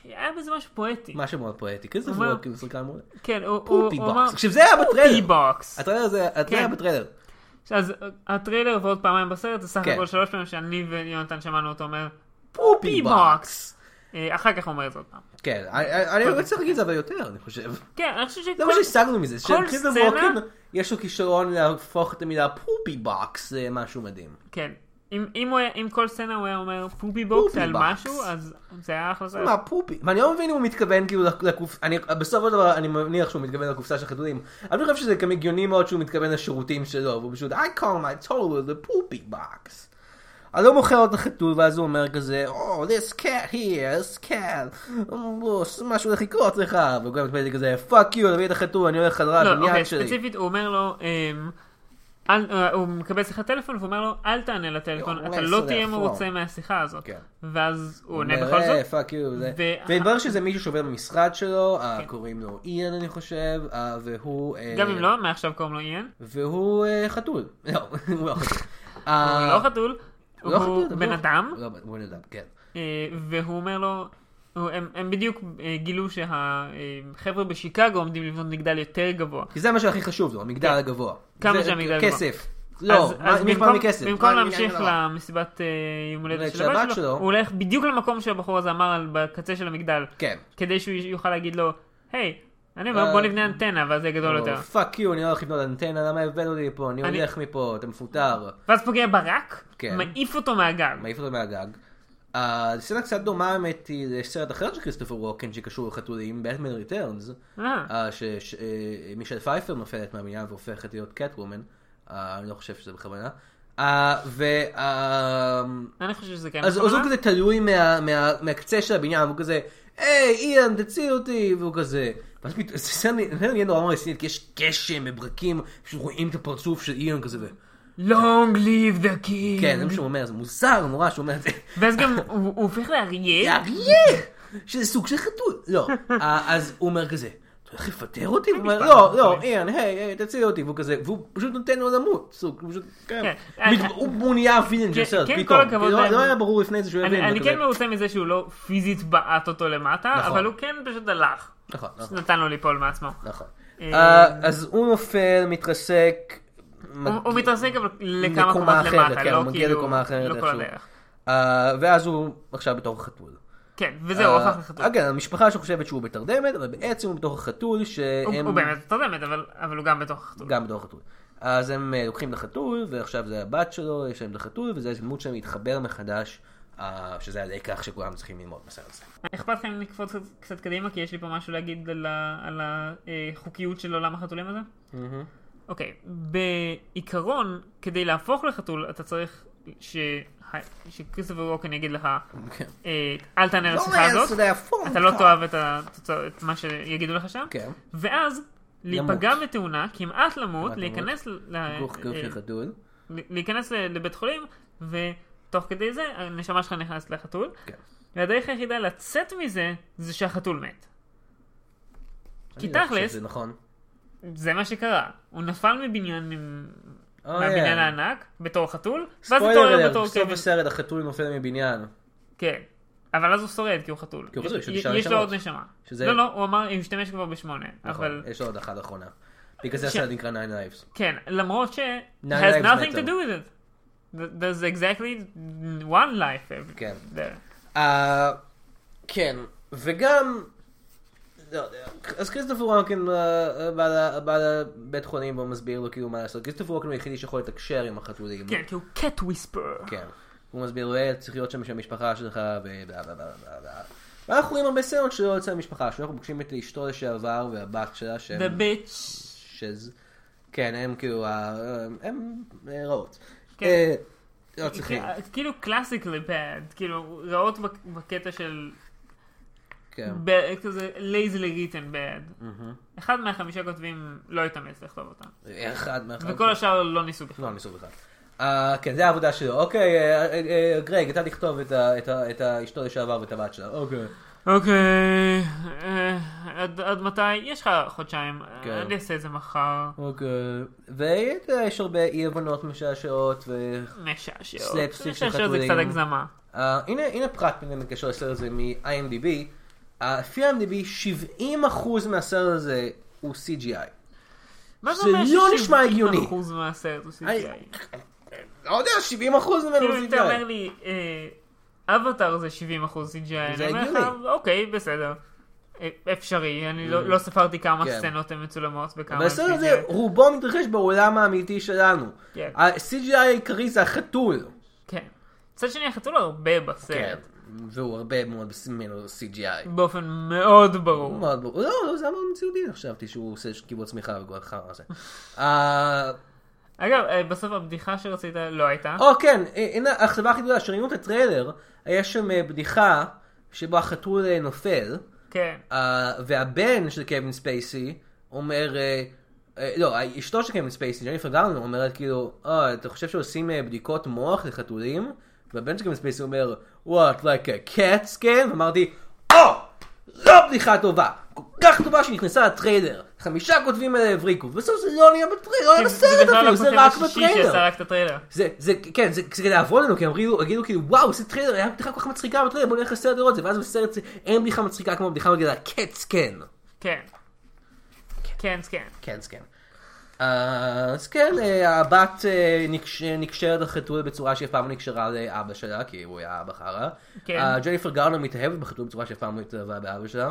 [SPEAKER 2] היה בזה משהו פואטי.
[SPEAKER 1] משהו מאוד פואטי, כזה
[SPEAKER 2] אומר-
[SPEAKER 1] מאוד כאילו שחקן מאוד.
[SPEAKER 2] כן, הוא- הוא
[SPEAKER 1] פופי
[SPEAKER 2] הוא אמר...
[SPEAKER 1] בוקס. עכשיו זה היה
[SPEAKER 2] פופי
[SPEAKER 1] בטריילר.
[SPEAKER 2] בוקס.
[SPEAKER 1] הטריילר זה הטריילר היה
[SPEAKER 2] כן.
[SPEAKER 1] בטריילר.
[SPEAKER 2] אז אה, הטריילר ועוד פעמיים בסרט, זה סך
[SPEAKER 1] כן.
[SPEAKER 2] הכל שלוש פעמים שאני ויונתן שמענו אותו אומר,
[SPEAKER 1] פופי בוקס.
[SPEAKER 2] אה, אחר כך הוא אומר את זה עוד פעם.
[SPEAKER 1] כן, אני- אני אני צריך להגיד את זה אבל יותר, אני חושב.
[SPEAKER 2] כן, אני חושב שכל...
[SPEAKER 1] זה מה שהשגנו מזה,
[SPEAKER 2] אוקיי. כל
[SPEAKER 1] שכריסטופר
[SPEAKER 2] סצנה-
[SPEAKER 1] ווקן יש לו כישרון להפוך את המילה פופי בוקס למשהו מדהים.
[SPEAKER 2] כן. אם, אם, הוא היה, אם כל סצנה הוא היה אומר פופי בוקס
[SPEAKER 1] פופי
[SPEAKER 2] על
[SPEAKER 1] בוקס.
[SPEAKER 2] משהו, אז זה היה אחלה סרט.
[SPEAKER 1] מה פופי? ואני לא מבין אם הוא מתכוון כאילו לקופ... אני בסופו של דבר אני מניח שהוא מתכוון לקופסה של חתולים. אבל אני חושב שזה גם הגיוני מאוד שהוא מתכוון לשירותים שלו, והוא פשוט I call my total the poopy box. אז הוא מוכר לו את החתול ואז הוא אומר כזה, Oh, this cat here, this cat, "Oh, משהו הולך לקרות לך, והוא גם מתכוון כזה, fuck you, תביא את החתול, אני הולך חזרה
[SPEAKER 2] לא,
[SPEAKER 1] לבניין
[SPEAKER 2] אוקיי,
[SPEAKER 1] שלי.
[SPEAKER 2] ספציפית הוא אומר לו, אמ, אל, אה, הוא מקבל שיחת טלפון ואומר לו, אל תענה לטלפון,
[SPEAKER 1] הוא
[SPEAKER 2] אתה
[SPEAKER 1] אומר,
[SPEAKER 2] לא
[SPEAKER 1] "So
[SPEAKER 2] תהיה
[SPEAKER 1] they're
[SPEAKER 2] מרוצה
[SPEAKER 1] from."
[SPEAKER 2] מהשיחה הזאת.
[SPEAKER 1] כן.
[SPEAKER 2] ואז הוא עונה
[SPEAKER 1] אומר,
[SPEAKER 2] בכל
[SPEAKER 1] "אה,
[SPEAKER 2] זאת.
[SPEAKER 1] fuck you, זה.
[SPEAKER 2] ו- כן.
[SPEAKER 1] והתברר שזה מישהו שעובד במשרד שלו, אה, קוראים לו איאן אני חושב, אה, והוא... אה,
[SPEAKER 2] גם אם לא, מעכשיו קוראים לו איין.
[SPEAKER 1] והוא אה, חתול. לא, הוא לא חתול.
[SPEAKER 2] הוא
[SPEAKER 1] אה,
[SPEAKER 2] לא חתול,
[SPEAKER 1] הוא לא
[SPEAKER 2] הוא
[SPEAKER 1] חתול,
[SPEAKER 2] בן
[SPEAKER 1] לא.
[SPEAKER 2] אדם,
[SPEAKER 1] לא, הוא בן אדם, כן.
[SPEAKER 2] אה, והוא אומר לו, הוא- הם הם בדיוק אה, גילו שהחבר'ה בשיקגו עומדים לבנות מגדל יותר גבוה.
[SPEAKER 1] כי זה מה שהכי חשוב לו, המגדל הגבוה.
[SPEAKER 2] כן. כמה
[SPEAKER 1] זה-
[SPEAKER 2] שהמגדל הגבוה.
[SPEAKER 1] כסף. לא,
[SPEAKER 2] אז-
[SPEAKER 1] מה-
[SPEAKER 2] אז
[SPEAKER 1] מי אכפת
[SPEAKER 2] במקום-
[SPEAKER 1] מכסף?
[SPEAKER 2] במקום
[SPEAKER 1] מה-
[SPEAKER 2] להמשיך
[SPEAKER 1] מה- מה-
[SPEAKER 2] למסיבת אה, יום הולדת
[SPEAKER 1] הולדת
[SPEAKER 2] של הבת שלו,
[SPEAKER 1] שלו.
[SPEAKER 2] הוא הולך בדיוק למקום שהבחור הזה אמר על- בקצה של המגדל.
[SPEAKER 1] כן.
[SPEAKER 2] כדי שהוא יוכל להגיד לו, היי, אני אומר
[SPEAKER 1] אה,
[SPEAKER 2] בוא נבנה אנטנה ואז זה גדול יותר.
[SPEAKER 1] פאק יו, אני לא הולך לבנות אנטנה, למה הבאנו אותי לפה? אני
[SPEAKER 2] לא אני-
[SPEAKER 1] הולך מפה, אתה מפוטר.
[SPEAKER 2] ואז פוגע ברק,
[SPEAKER 1] כן.
[SPEAKER 2] מעיף אותו מהגג.
[SPEAKER 1] מעיף אותו מהגג. אה, זו סצנה קצת דומה האמת היא לסרט אחר של כריסטופר ווקן שקשור לחתולים, בטמן ריטרנס,
[SPEAKER 2] אה.
[SPEAKER 1] שמישל אה, פייפר נופלת מהבניין והופכת להיות קאט וומן, אני לא חושב שזה בכוונה. אה, ו... אה,
[SPEAKER 2] אני חושב שזה כן.
[SPEAKER 1] אז אז
[SPEAKER 2] בכוונה.
[SPEAKER 1] הוא כזה תלוי מה- מה- מהקצה של הבניין, והוא כזה, היי, איאן, תציל אותי, והוא כזה. ואז פתאום, זה סצנה סצנה נהיה נורא נורא רצינית, כי יש גשם וברקים, פשוט רואים את הפרצוף של איאן כזה, ו...
[SPEAKER 2] long live the king.
[SPEAKER 1] כן, זה מה שהוא אומר, זה מוזר נורא שהוא אומר את זה.
[SPEAKER 2] ואז גם הוא הוא הופך לאריה.
[SPEAKER 1] אריה! שזה סוג של חתול. לא. אה, אז הוא אומר כזה, אתה הולך לפטר אותי? הוא אומר, לא, לא, איאן, היי, היי, תציל אותי, והוא כזה, והוא פשוט נותן לו למות. סוג, הוא פשוט, כן.
[SPEAKER 2] כן.
[SPEAKER 1] מת- הוא הוא נהיה הווילן של
[SPEAKER 2] כן,
[SPEAKER 1] הסרט,
[SPEAKER 2] כן,
[SPEAKER 1] פתאום.
[SPEAKER 2] כל הכבוד
[SPEAKER 1] כי לא-
[SPEAKER 2] להם.
[SPEAKER 1] לא היה ברור לפני זה שהוא יבין.
[SPEAKER 2] אני אני
[SPEAKER 1] הוא
[SPEAKER 2] כן
[SPEAKER 1] כזה-
[SPEAKER 2] מרוצה מזה שהוא לא פיזית בעט אותו למטה,
[SPEAKER 1] נכון.
[SPEAKER 2] אבל הוא כן פשוט הלך.
[SPEAKER 1] נכון, נכון.
[SPEAKER 2] נתן לו ליפול מעצמו.
[SPEAKER 1] נכון.
[SPEAKER 2] אה,
[SPEAKER 1] אה, אז הוא נופל, מתרסק.
[SPEAKER 2] הוא-
[SPEAKER 1] מג-
[SPEAKER 2] הוא מתרסק אבל לכמה
[SPEAKER 1] לקומה
[SPEAKER 2] קומות
[SPEAKER 1] אחרת,
[SPEAKER 2] למטה,
[SPEAKER 1] כן,
[SPEAKER 2] לא
[SPEAKER 1] הוא מגיע
[SPEAKER 2] כאילו,
[SPEAKER 1] לקומה אחרת
[SPEAKER 2] לא כל
[SPEAKER 1] איכשהו.
[SPEAKER 2] הדרך.
[SPEAKER 1] אה, ואז הוא עכשיו בתור חתול.
[SPEAKER 2] כן, וזהו, הוא הפך לחתול.
[SPEAKER 1] כן, המשפחה שחושבת שהוא בתרדמת, אבל בעצם הוא בתור חתול,
[SPEAKER 2] הוא-
[SPEAKER 1] שהם...
[SPEAKER 2] הוא באמת תרדמת, אבל אבל הוא גם בתוך החתול.
[SPEAKER 1] גם בתור חתול. אז הם אה, לוקחים את החתול, ועכשיו זה הבת שלו, יש להם את החתול, וזו הזדמנות שלהם להתחבר מחדש, אה, שזה הלקח שכולם צריכים ללמוד בסרט הזה.
[SPEAKER 2] אכפת לכם אם נקפוץ קצת- קצת קדימה, כי יש לי פה משהו להגיד על ה- על החוקיות של עולם החתולים הזה? אוקיי, בעיקרון, כדי להפוך לחתול, אתה צריך ש- ה- שכריסטופר ווקן יגיד לך,
[SPEAKER 1] כן.
[SPEAKER 2] אה, אל תענה
[SPEAKER 1] לא
[SPEAKER 2] לשיחה
[SPEAKER 1] מעניין,
[SPEAKER 2] הזאת,
[SPEAKER 1] זה הפורום
[SPEAKER 2] אתה לא
[SPEAKER 1] שלך.
[SPEAKER 2] תאהב את התוצא- את מה שיגידו לך שם,
[SPEAKER 1] כן.
[SPEAKER 2] ואז להיפגע בתאונה, כמעט למות,
[SPEAKER 1] כמעט
[SPEAKER 2] להיכנס ל-
[SPEAKER 1] גוף גוף
[SPEAKER 2] אה,
[SPEAKER 1] של חתול.
[SPEAKER 2] להיכנס ל- לבית חולים, ותוך כדי זה הנשמה שלך נכנסת לחתול.
[SPEAKER 1] כן.
[SPEAKER 2] והדרך היחידה לצאת מזה, זה שהחתול מת. כי
[SPEAKER 1] אני לא חושב
[SPEAKER 2] תכלס,
[SPEAKER 1] שזה נכון.
[SPEAKER 2] זה מה שקרה. הוא נפל מבניין, עם-
[SPEAKER 1] אה,
[SPEAKER 2] מהבניין
[SPEAKER 1] אה.
[SPEAKER 2] הענק, בתור חתול, ואז
[SPEAKER 1] ספוילר
[SPEAKER 2] התעורר
[SPEAKER 1] אלרט,
[SPEAKER 2] בתור
[SPEAKER 1] בסוף
[SPEAKER 2] כלב.
[SPEAKER 1] הסרט החתול נופל מבניין.
[SPEAKER 2] כן. אבל אז הוא שורד, כי הוא חתול.
[SPEAKER 1] כי הוא חתול,
[SPEAKER 2] יש-
[SPEAKER 1] יש לו
[SPEAKER 2] יש לו
[SPEAKER 1] נשמות.
[SPEAKER 2] עוד נשמה.
[SPEAKER 1] שזה-
[SPEAKER 2] לא, לא, הוא אמר, הוא השתמש כבר בשמונה.
[SPEAKER 1] נכון,
[SPEAKER 2] אבל,
[SPEAKER 1] יש לו עוד אחת אחרונה. בגלל זה הסרט נקרא 9 Lives.
[SPEAKER 2] כן, למרות ש... it has
[SPEAKER 1] lives
[SPEAKER 2] nothing to
[SPEAKER 1] matter.
[SPEAKER 2] do with it. Th- There's exactly one life. every-
[SPEAKER 1] כן.
[SPEAKER 2] there.
[SPEAKER 1] אה, כן, וגם... לא יודע, אז כריסטופר ווקן אה, בא ל- בא לבית חולים והוא מסביר לו כאילו מה לעשות. כריסטופר ווקן הוא היחידי שיכול לתקשר עם החתולים.
[SPEAKER 2] כן, כי הוא cat whisper.
[SPEAKER 1] כן. הוא מסביר לו, "אה, צריך להיות שם של המשפחה שלך ובלה בלה בלה בלה בלה. ואנחנו רואים הרבה סרט שלא יוצא מהמשפחה, שאנחנו פוגשים את אשתו לשעבר והבת שלה שהם...
[SPEAKER 2] The bitch.
[SPEAKER 1] שז... כן, הם כאילו, ה- הם אה, רעות.
[SPEAKER 2] כן.
[SPEAKER 1] אה, לא צריכים.
[SPEAKER 2] כן, כאילו קלאסיקלי bad, כאילו רעות בק- בקטע של
[SPEAKER 1] כן.
[SPEAKER 2] bad, כזה lazily written bad. אחד מהחמישה כותבים לא התאמץ לכתוב אותם,
[SPEAKER 1] אחד מאחד.
[SPEAKER 2] וכל השאר לא ניסו בכלל.
[SPEAKER 1] לא, אני סוג אחד. אה, כן, זה העבודה שלו. אוקיי, אה, אה, אה, גרייג, אתה תכתוב את ה- את ה- את האשתו לשעבר ואת הבת שלה. אוקיי.
[SPEAKER 2] אוקיי, אה, עד- עד מתי? יש לך חודשיים,
[SPEAKER 1] כן.
[SPEAKER 2] אני אעשה את זה מחר.
[SPEAKER 1] אוקיי. ויש הרבה אי הבנות משעשעות ו...
[SPEAKER 2] משעשעות.
[SPEAKER 1] סלפסטיק של
[SPEAKER 2] משעשעות זה
[SPEAKER 1] חתולים.
[SPEAKER 2] קצת הגזמה.
[SPEAKER 1] אה, הנה הנה פרט באמת בקשר לסרט הזה מ-IMDb. אה, לפי IMDb, 70% מהסרט הזה הוא CGI.
[SPEAKER 2] מה זה
[SPEAKER 1] זה
[SPEAKER 2] אומר
[SPEAKER 1] לא נשמע הגיוני.
[SPEAKER 2] אחוז מהסרט הוא
[SPEAKER 1] אני-
[SPEAKER 2] CGI?
[SPEAKER 1] לא יודע, 70% ממנו
[SPEAKER 2] כאילו
[SPEAKER 1] הוא
[SPEAKER 2] אם אתה אומר
[SPEAKER 1] CGI.
[SPEAKER 2] לי, אה, אבטאר זה 70 אחוז CGI, אני
[SPEAKER 1] זה
[SPEAKER 2] אומר לך,
[SPEAKER 1] הגיוני.
[SPEAKER 2] אוקיי, בסדר. אה, אפשרי, אני לא לא ספרתי כמה
[SPEAKER 1] Mm. כן.
[SPEAKER 2] סצנות הן מצולמות וכמה הן
[SPEAKER 1] והסרט
[SPEAKER 2] CGI.
[SPEAKER 1] הזה רובו מתרחש בעולם האמיתי שלנו.
[SPEAKER 2] כן.
[SPEAKER 1] ה-CGI העיקרי זה החתול.
[SPEAKER 2] כן. מצד שני, החתול הרבה
[SPEAKER 1] כן.
[SPEAKER 2] בסרט,
[SPEAKER 1] והוא הרבה מאוד ממנו CGI.
[SPEAKER 2] באופן מאוד ברור.
[SPEAKER 1] מאוד ברור. לא, לא, זה היה מאוד מציאותי, אני חשבתי שהוא עושה קיבוץ צמיחה וגול חרא הזה. אה,
[SPEAKER 2] אגב, אה, בסוף הבדיחה שרצית לא הייתה.
[SPEAKER 1] או כן, אה, הנה האכזבה הכי גדולה, שראינו את הטריילר, היה שם אה, בדיחה שבו החתול אה, נופל,
[SPEAKER 2] כן.
[SPEAKER 1] אה, והבן של קווין ספייסי אומר, אה, אה, לא, אשתו של קווין ספייסי, ג'ניפר גארלן, אומרת כאילו, אה, אתה חושב שעושים אה, בדיקות מוח לחתולים? והבן של קווין ספייסי אומר, what, like a cat scan? ואמרתי, או! זו בדיחה טובה! כל כך טובה שנכנסה לטריילר. חמישה כותבים האלה הבריקו, ובסוף זה לא נהיה בטריילר, לא היה בסרט אפילו, זה רק בטריילר.
[SPEAKER 2] שעשה רק את הטריילר.
[SPEAKER 1] זה, זה, כן, זה, זה כדי לעבוד לנו, כי אמרו, יגידו כאילו, וואו, איזה טריילר, היה בדיחה כל כך מצחיקה בטריילר, בוא נלך לסרט לראות את זה, ואז בסרט זה- אין בדיחה מצחיקה כמו בדיחה בגלל הקט סקן.
[SPEAKER 2] כן. כן, כן.
[SPEAKER 1] כן סקן. אז כן, אה, הבת אה, נקש- נקשרת לחתול בצורה שאף פעם לא נקשרה לאבא שלה, כי הוא היה אבא חרא.
[SPEAKER 2] כן.
[SPEAKER 1] אה, ג'ניפר גארלר מתאהבת בחתול בצורה שאף פעם לא התאהבה באבא שלה.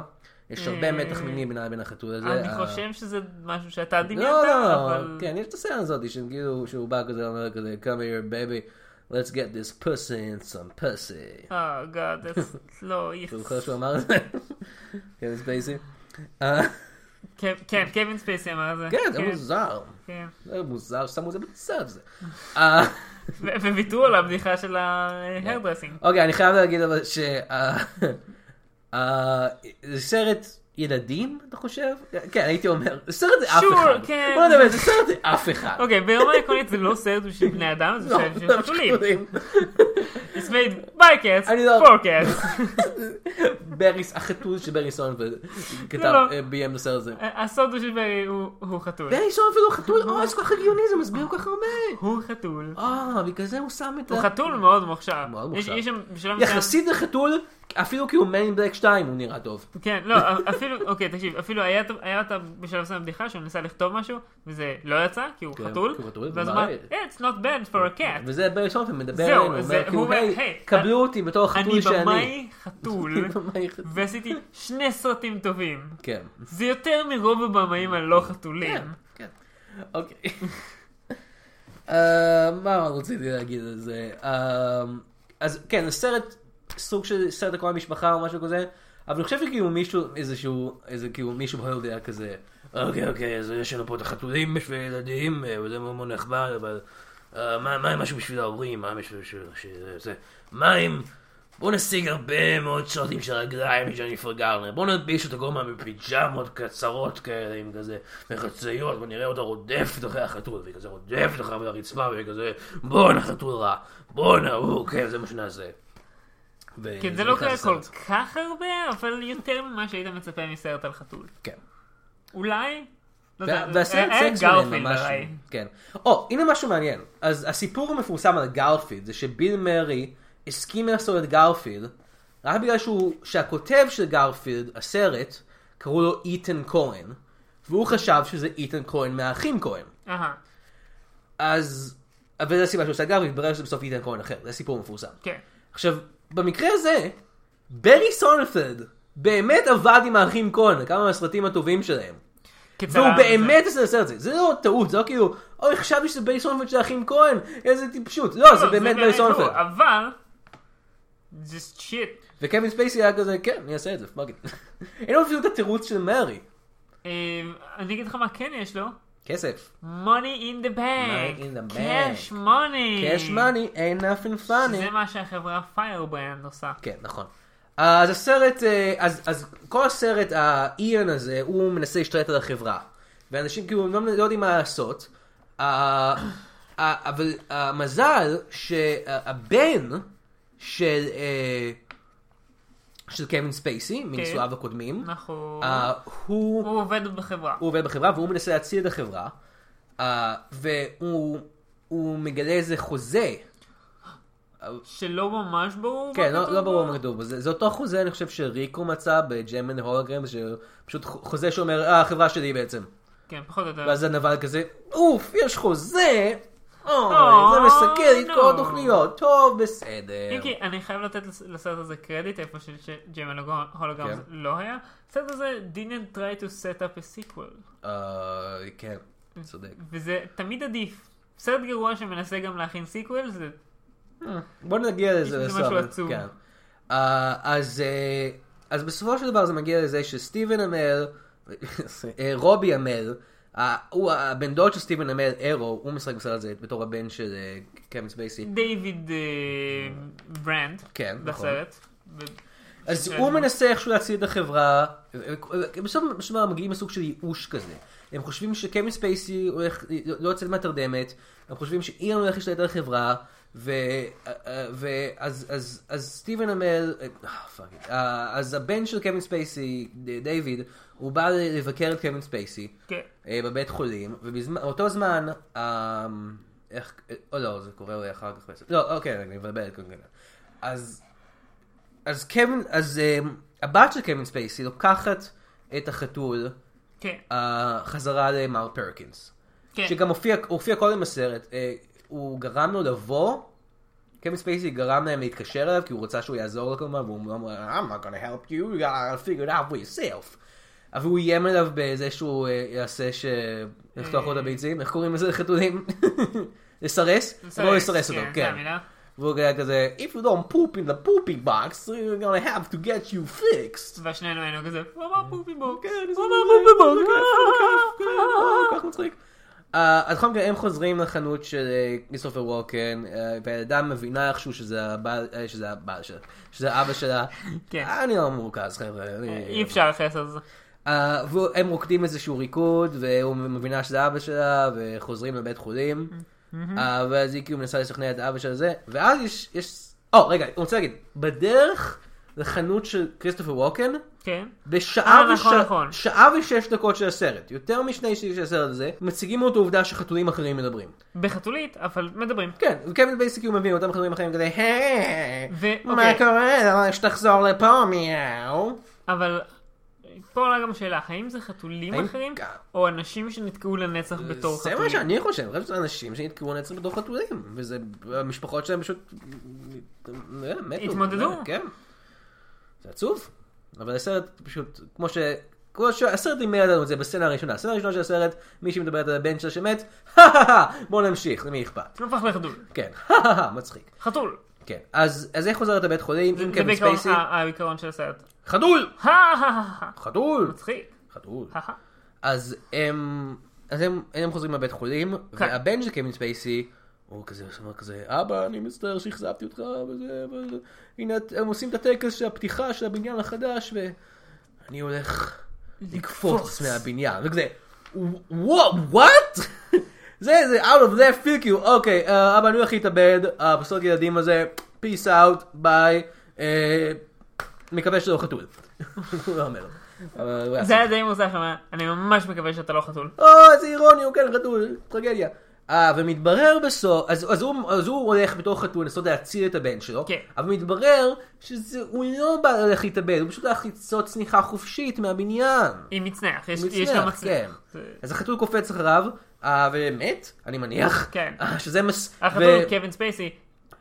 [SPEAKER 1] יש הרבה מתח מיני בינה לבין החתול הזה.
[SPEAKER 2] אני
[SPEAKER 1] אה,
[SPEAKER 2] אה. חושב שזה משהו שאתה דמיינת,
[SPEAKER 1] לא, לא,
[SPEAKER 2] אבל...
[SPEAKER 1] כן, יש את הסצנה הזאת, שכאילו, שהוא בא כזה, אומר כזה, come here baby, let's get this pussy and some pussy.
[SPEAKER 2] אה, גאד, that's- לא,
[SPEAKER 1] אתה
[SPEAKER 2] יחס.
[SPEAKER 1] זוכר שהוא אמר את זה? כן, ספייסי. אה,
[SPEAKER 2] כן, כן, קווין ספייסי אמר את זה.
[SPEAKER 1] כן, זה מוזר.
[SPEAKER 2] כן.
[SPEAKER 1] זה מוזר ששמו את זה בצד זה. אה,
[SPEAKER 2] ו- וויתרו על הבדיחה של ההרדרסינג.
[SPEAKER 1] אוקיי, אני חייב להגיד אבל ש... אה, אה, זה סרט ילדים, אתה חושב? כן, הייתי אומר. זה סרט זה אף
[SPEAKER 2] Sure,
[SPEAKER 1] אחד.
[SPEAKER 2] כן.
[SPEAKER 1] בוא נדבר, זה סרט זה אף אחד.
[SPEAKER 2] אוקיי, ברמה עקרונית זה לא סרט בשביל בני אדם, זה
[SPEAKER 1] לא,
[SPEAKER 2] סרט בשביל
[SPEAKER 1] זה מה
[SPEAKER 2] חתולים.
[SPEAKER 1] שכתובים.
[SPEAKER 2] It's made by cats,
[SPEAKER 1] אני לא-
[SPEAKER 2] for cats.
[SPEAKER 1] בריס, החתול של ברי סונפלד כתב,
[SPEAKER 2] לא.
[SPEAKER 1] אה, ביים בסרט הזה.
[SPEAKER 2] הסוד הוא שברי הוא- הוא חתול.
[SPEAKER 1] ברי סונפלד הוא חתול, אוי, זה כל כך הגיוני, זה מסביר כל כך הרבה.
[SPEAKER 2] הוא חתול.
[SPEAKER 1] אה, בגלל זה הוא שם את
[SPEAKER 2] הוא
[SPEAKER 1] ה...
[SPEAKER 2] חתול מאוד מוכשר.
[SPEAKER 1] מאוד
[SPEAKER 2] יש-
[SPEAKER 1] מוכשר.
[SPEAKER 2] יש שם בשלב מסוים...
[SPEAKER 1] יחסית לחתול, אפילו כי הוא מן בלק 2 הוא נראה טוב.
[SPEAKER 2] כן, לא, אפילו, אוקיי, תקשיב, אפילו היה היה אותה בשלב מסוים בדיחה שהוא ניסה לכתוב משהו, וזה לא יצא, כי הוא
[SPEAKER 1] כן,
[SPEAKER 2] חתול,
[SPEAKER 1] כי הוא חתול,
[SPEAKER 2] ואז הוא
[SPEAKER 1] מה-
[SPEAKER 2] אמר, it's not bad for a cat.
[SPEAKER 1] וזה ברי סונפלד מדבר
[SPEAKER 2] כן. זהו,
[SPEAKER 1] אלינו,
[SPEAKER 2] זה-
[SPEAKER 1] אומר כאילו,
[SPEAKER 2] הוא אומר,
[SPEAKER 1] היי,
[SPEAKER 2] "היי,
[SPEAKER 1] קבלו אותי בתור החתול
[SPEAKER 2] אני
[SPEAKER 1] שאני.
[SPEAKER 2] במאי חתול,
[SPEAKER 1] במאי חתול.
[SPEAKER 2] ועשיתי שני סרטים טובים.
[SPEAKER 1] כן.
[SPEAKER 2] זה יותר מרוב הבמאים הלא חתולים.
[SPEAKER 1] כן. אוקיי. אה, מה רציתי להגיד על זה? אה, אז כן, זה סרט, סוג של סרט הכל המשפחה או משהו כזה, אבל אני חושב שכאילו מישהו, איזשהו, איזה כאילו מישהו בהולד היה כזה, אוקיי, אוקיי, אז יש לנו פה את החתולים בשביל ילדים, אה, וזה מאוד מאוד נחמד, אבל אה, מה מה עם משהו בשביל ההורים? מה עם משהו בשביל... שזה- זה- מה עם... בואו נשיג הרבה מאוד שוטים של רגליים מג'ניפר גארנר. בואו נלביש את הגומה בפיג'מות קצרות כאלה עם כזה מחציות, ונראה אותה רודפת אחרי החתול, והיא כזה רודפת אחריו על הרצפה, והיא כזה בואנה חתול רע, בואנה הוא, כן, זה מה שנעשה. ו-
[SPEAKER 2] כן, זה לא
[SPEAKER 1] נכנס
[SPEAKER 2] קרה כל
[SPEAKER 1] לסרט.
[SPEAKER 2] כך הרבה, אבל יותר ממה שהיית מצפה מסרט על חתול.
[SPEAKER 1] כן.
[SPEAKER 2] אולי? לא יודע,
[SPEAKER 1] וה- והסרט
[SPEAKER 2] היה
[SPEAKER 1] סקס ביניהם
[SPEAKER 2] גרפילד
[SPEAKER 1] ממש...
[SPEAKER 2] הרי.
[SPEAKER 1] כן. או, הנה משהו מעניין. אז הסיפור המפורסם על גרפילד זה שביל מרי הסכים לעשות את גרפילד, רק בגלל שהוא, שהכותב של גרפילד, הסרט, קראו לו איתן כהן, והוא חשב שזה איתן כהן מהאחים כהן.
[SPEAKER 2] אהה,
[SPEAKER 1] אז... אבל זו הסיבה שהוא עושה גרפילד, התברר שזה בסוף איתן כהן אחר. זה סיפור מפורסם.
[SPEAKER 2] כן.
[SPEAKER 1] עכשיו, במקרה הזה, ברי סונפלד באמת עבד עם האחים כהן, כמה מהסרטים הטובים שלהם.
[SPEAKER 2] כצלם
[SPEAKER 1] והוא
[SPEAKER 2] זה-
[SPEAKER 1] באמת עשה סרט זה, זה לא טעות, זה לא כאילו, אוי חשבתי שזה ברי סונפלד של האחים כהן, איזה טיפשות, לא, זה
[SPEAKER 2] לא,
[SPEAKER 1] באמת ברי
[SPEAKER 2] הוא,
[SPEAKER 1] סונפלד.
[SPEAKER 2] אבל... just shit.
[SPEAKER 1] וקווין ספייסי היה כזה, כן, אני אעשה את זה, פאק איט. אין לו אפילו את התירוץ של מרי,
[SPEAKER 2] אה, אני אגיד לך מה כן יש לו.
[SPEAKER 1] כסף,
[SPEAKER 2] Mm. money in the bank.
[SPEAKER 1] Money in the
[SPEAKER 2] cash
[SPEAKER 1] bank.
[SPEAKER 2] money.
[SPEAKER 1] cash money, ain't nothing funny.
[SPEAKER 2] זה מה שהחברה פיירברנד עושה.
[SPEAKER 1] כן, נכון. אז הסרט, אה, אז, אז כל הסרט, האיאן הזה, הוא מנסה להשתלט על החברה. ואנשים כאילו לא, לא יודעים מה לעשות. אה, אה, אבל המזל שהבן של, אה, של קווין ספייסי, מנישואיו הקודמים,
[SPEAKER 2] נכון. אנחנו...
[SPEAKER 1] אה, הוא
[SPEAKER 2] הוא עובד בחברה.
[SPEAKER 1] הוא עובד בחברה והוא מנסה להציל את החברה. Uh, והוא הוא מגלה איזה חוזה
[SPEAKER 2] שלא ממש ברור.
[SPEAKER 1] כן,
[SPEAKER 2] מה
[SPEAKER 1] לא,
[SPEAKER 2] כתוב
[SPEAKER 1] לא
[SPEAKER 2] בו.
[SPEAKER 1] ברור מה כתוב בו. זה, זה אותו חוזה, אני חושב, שריקו מצא בג'מן הולוגרם, שפשוט ח- חוזה שאומר, אה, החברה שלי בעצם.
[SPEAKER 2] כן, פחות או יותר.
[SPEAKER 1] ואז הנבל כזה, אוף, יש חוזה! אוי,
[SPEAKER 2] אה,
[SPEAKER 1] זה מסכל לי את כל
[SPEAKER 2] לא.
[SPEAKER 1] התוכניות. טוב, בסדר.
[SPEAKER 2] אם כי אני חייב לתת לס- לסרט הזה קרדיט איפה שג'יימן הולוגרם
[SPEAKER 1] כן.
[SPEAKER 2] לא היה. הסרט הזה didn't try to set up a sequel.
[SPEAKER 1] אה, כן, צודק.
[SPEAKER 2] וזה תמיד עדיף. סרט גרוע שמנסה גם להכין סיקוול זה
[SPEAKER 1] בוא נגיע לזה
[SPEAKER 2] זה
[SPEAKER 1] בסוף.
[SPEAKER 2] משהו
[SPEAKER 1] אבל-
[SPEAKER 2] עצוב.
[SPEAKER 1] כן. אה, אז אה, אז בסופו של דבר זה מגיע לזה שסטיבן אמל, אה, רובי אמל, ה- הוא הבן דוד של סטיבן אמל, אירו, הוא משחק בסרט הזה בתור הבן של אה, קווין ספייסי.
[SPEAKER 2] דיוויד אה, ברנד
[SPEAKER 1] כן, נכון.
[SPEAKER 2] בסרט. ו-
[SPEAKER 1] אז
[SPEAKER 2] כן.
[SPEAKER 1] הוא מנסה איכשהו להציל את החברה, בסוף בסוף מגיעים לסוג של ייאוש כזה. הם חושבים שקווין ספייסי הולך, לא יוצא מהתרדמת, הם חושבים שאירן הולך להשתלט על החברה, ו- ואז אז, אז סטיבן אומר, אה, fuck it. אה, אז הבן של קווין ספייסי, דיוויד, הוא בא לבקר את קווין ספייסי.
[SPEAKER 2] כן.
[SPEAKER 1] אה, בבית חולים, ובאותו זמן, אה, איך, אה, או לא, זה קורה אולי אחר כך בעצם, לא, אוקיי, אני מבלבל את קונגנה. אז, אז קווין, אז אה, הבת של קווין ספייסי לוקחת את החתול
[SPEAKER 2] כן.
[SPEAKER 1] אה, חזרה למר פרקינס.
[SPEAKER 2] כן.
[SPEAKER 1] שגם הופיע, הופיע קודם בסרט, אה, הוא גרם לו לבוא, קווין ספייסי גרם להם להתקשר אליו, כי הוא רצה שהוא יעזור לו כמובן, והוא אמר, I'm not gonna help you, you gotta figure it out for yourself. אבל הוא איים עליו בזה שהוא אה, יעשה ש... לחתוך
[SPEAKER 2] אה.
[SPEAKER 1] לו את הביצים, איך קוראים לזה לחתולים? לסרס?
[SPEAKER 2] לסרס,
[SPEAKER 1] לא לסרס אותו,
[SPEAKER 2] כן, זה
[SPEAKER 1] כן.
[SPEAKER 2] המילה.
[SPEAKER 1] והוא היה כזה, If you don't poop in the pooping box, you're gonna have to get you fixed.
[SPEAKER 2] ושנינו היינו כזה, הוא אמר פופי בוק.
[SPEAKER 1] כן, זה
[SPEAKER 2] הוא אמר
[SPEAKER 1] מעולה,
[SPEAKER 2] פופי בוק.
[SPEAKER 1] זה
[SPEAKER 2] אה,
[SPEAKER 1] כיף,
[SPEAKER 2] אה,
[SPEAKER 1] אה, כל כך מצחיק. אה, אז בכל מקרה הם חוזרים לחנות של אה, כריסטופר ווקן, אה, והילדה מבינה איכשהו שזה הבעל, אה, שזה הבעל שלה, שזה אבא שלה.
[SPEAKER 2] כן.
[SPEAKER 1] אני לא מורכז חבר'ה. אני-
[SPEAKER 2] אי אפשר אחרי לעשות את זה.
[SPEAKER 1] אה, והם רוקדים איזשהו ריקוד, והוא מבינה שזה אבא שלה, וחוזרים לבית חולים. אה, ואז היא כאילו מנסה לשכנע את אבא של זה, ואז יש, יש, או רגע, אני רוצה להגיד, בדרך לחנות של כריסטופר ווקן,
[SPEAKER 2] כן.
[SPEAKER 1] בשעה
[SPEAKER 2] אה, נכון,
[SPEAKER 1] ושע-
[SPEAKER 2] נכון.
[SPEAKER 1] שעה ושש דקות של הסרט, יותר משני שליש של הסרט הזה, מציגים לו את העובדה שחתולים אחרים מדברים.
[SPEAKER 2] בחתולית, אבל מדברים.
[SPEAKER 1] כן, וקווין בייסיקי הוא מבין אותם חתולים אחרים כזה, היי,
[SPEAKER 2] ו-
[SPEAKER 1] מה
[SPEAKER 2] אוקיי.
[SPEAKER 1] קורה, לא, שתחזור לפה, מיהו.
[SPEAKER 2] אבל פה עולה גם שאלה, האם זה חתולים
[SPEAKER 1] האם-
[SPEAKER 2] אחרים,
[SPEAKER 1] כן.
[SPEAKER 2] או אנשים שנתקעו לנצח בתור
[SPEAKER 1] זה מה
[SPEAKER 2] חתולים?
[SPEAKER 1] שאני חושב, אני חושב שזה אנשים שנתקעו לנצח בתור חתולים, וזה, המשפחות שלהם פשוט, אה, מתו.
[SPEAKER 2] התמודדו.
[SPEAKER 1] אה, כן. זה עצוב, אבל הסרט פשוט, כמו ש... כמו שהסרט לימד לנו את זה בסצנה הראשונה, הסצנה הראשונה של הסרט, מישהי מדברת על הבן שלה שמת, בוא נמשיך, למי אכפת.
[SPEAKER 2] זה הפך לחתול.
[SPEAKER 1] כן, מצחיק.
[SPEAKER 2] חתול.
[SPEAKER 1] כן, אז, אז איך חוזרת לבית חולים עם
[SPEAKER 2] זה
[SPEAKER 1] קווין
[SPEAKER 2] בעיקרון
[SPEAKER 1] כן, ספייסי?
[SPEAKER 2] ה- העיקרון של הסרט.
[SPEAKER 1] חתול!
[SPEAKER 2] הא, הא, הא, הא.
[SPEAKER 1] חתול!
[SPEAKER 2] מצחיק.
[SPEAKER 1] חתול.
[SPEAKER 2] הא, הא.
[SPEAKER 1] אז הם, אז הם, הם חוזרים לבית חולים,
[SPEAKER 2] כן.
[SPEAKER 1] והבן של קווין ספייסי, הוא כזה, הוא אומר כזה, אבא, אני מצטער שאכזבתי אותך, וזה, וזה, הנה, את- הם עושים את הטקס של הפתיחה של הבניין החדש, ואני הולך לקפוץ מהבניין, וכזה, וואו, וואט? זה, זה, out of left field, כאילו, אוקיי, אה, אבא, אני הולך להתאבד, הפסוק ילדים הזה, peace out, ביי, אה, מקווה שזה לא חתול. הוא לא אומר. אבל הוא היה
[SPEAKER 2] זה היה די מוזר, הוא אמר, אני ממש מקווה שאתה לא חתול.
[SPEAKER 1] או, איזה אירוני, הוא כן חתול, טרגדיה. אה, ומתברר בסוף, אז, אז, הוא, אז הוא הולך בתור חתול לנסות להציל את הבן שלו,
[SPEAKER 2] כן.
[SPEAKER 1] אבל מתברר שהוא לא בא ללכת להתאבד, הוא פשוט הלך לצעוד צניחה חופשית מהבניין.
[SPEAKER 2] אם מצנח, יש
[SPEAKER 1] הוא
[SPEAKER 2] יש
[SPEAKER 1] מצנח,
[SPEAKER 2] גם מצנח.
[SPEAKER 1] כן.
[SPEAKER 2] זה-
[SPEAKER 1] אז החתול קופץ אחריו, אה, ומת, אני מניח.
[SPEAKER 2] כן.
[SPEAKER 1] אה, שזה מס...
[SPEAKER 2] החתול, כן. קווין ספייסי,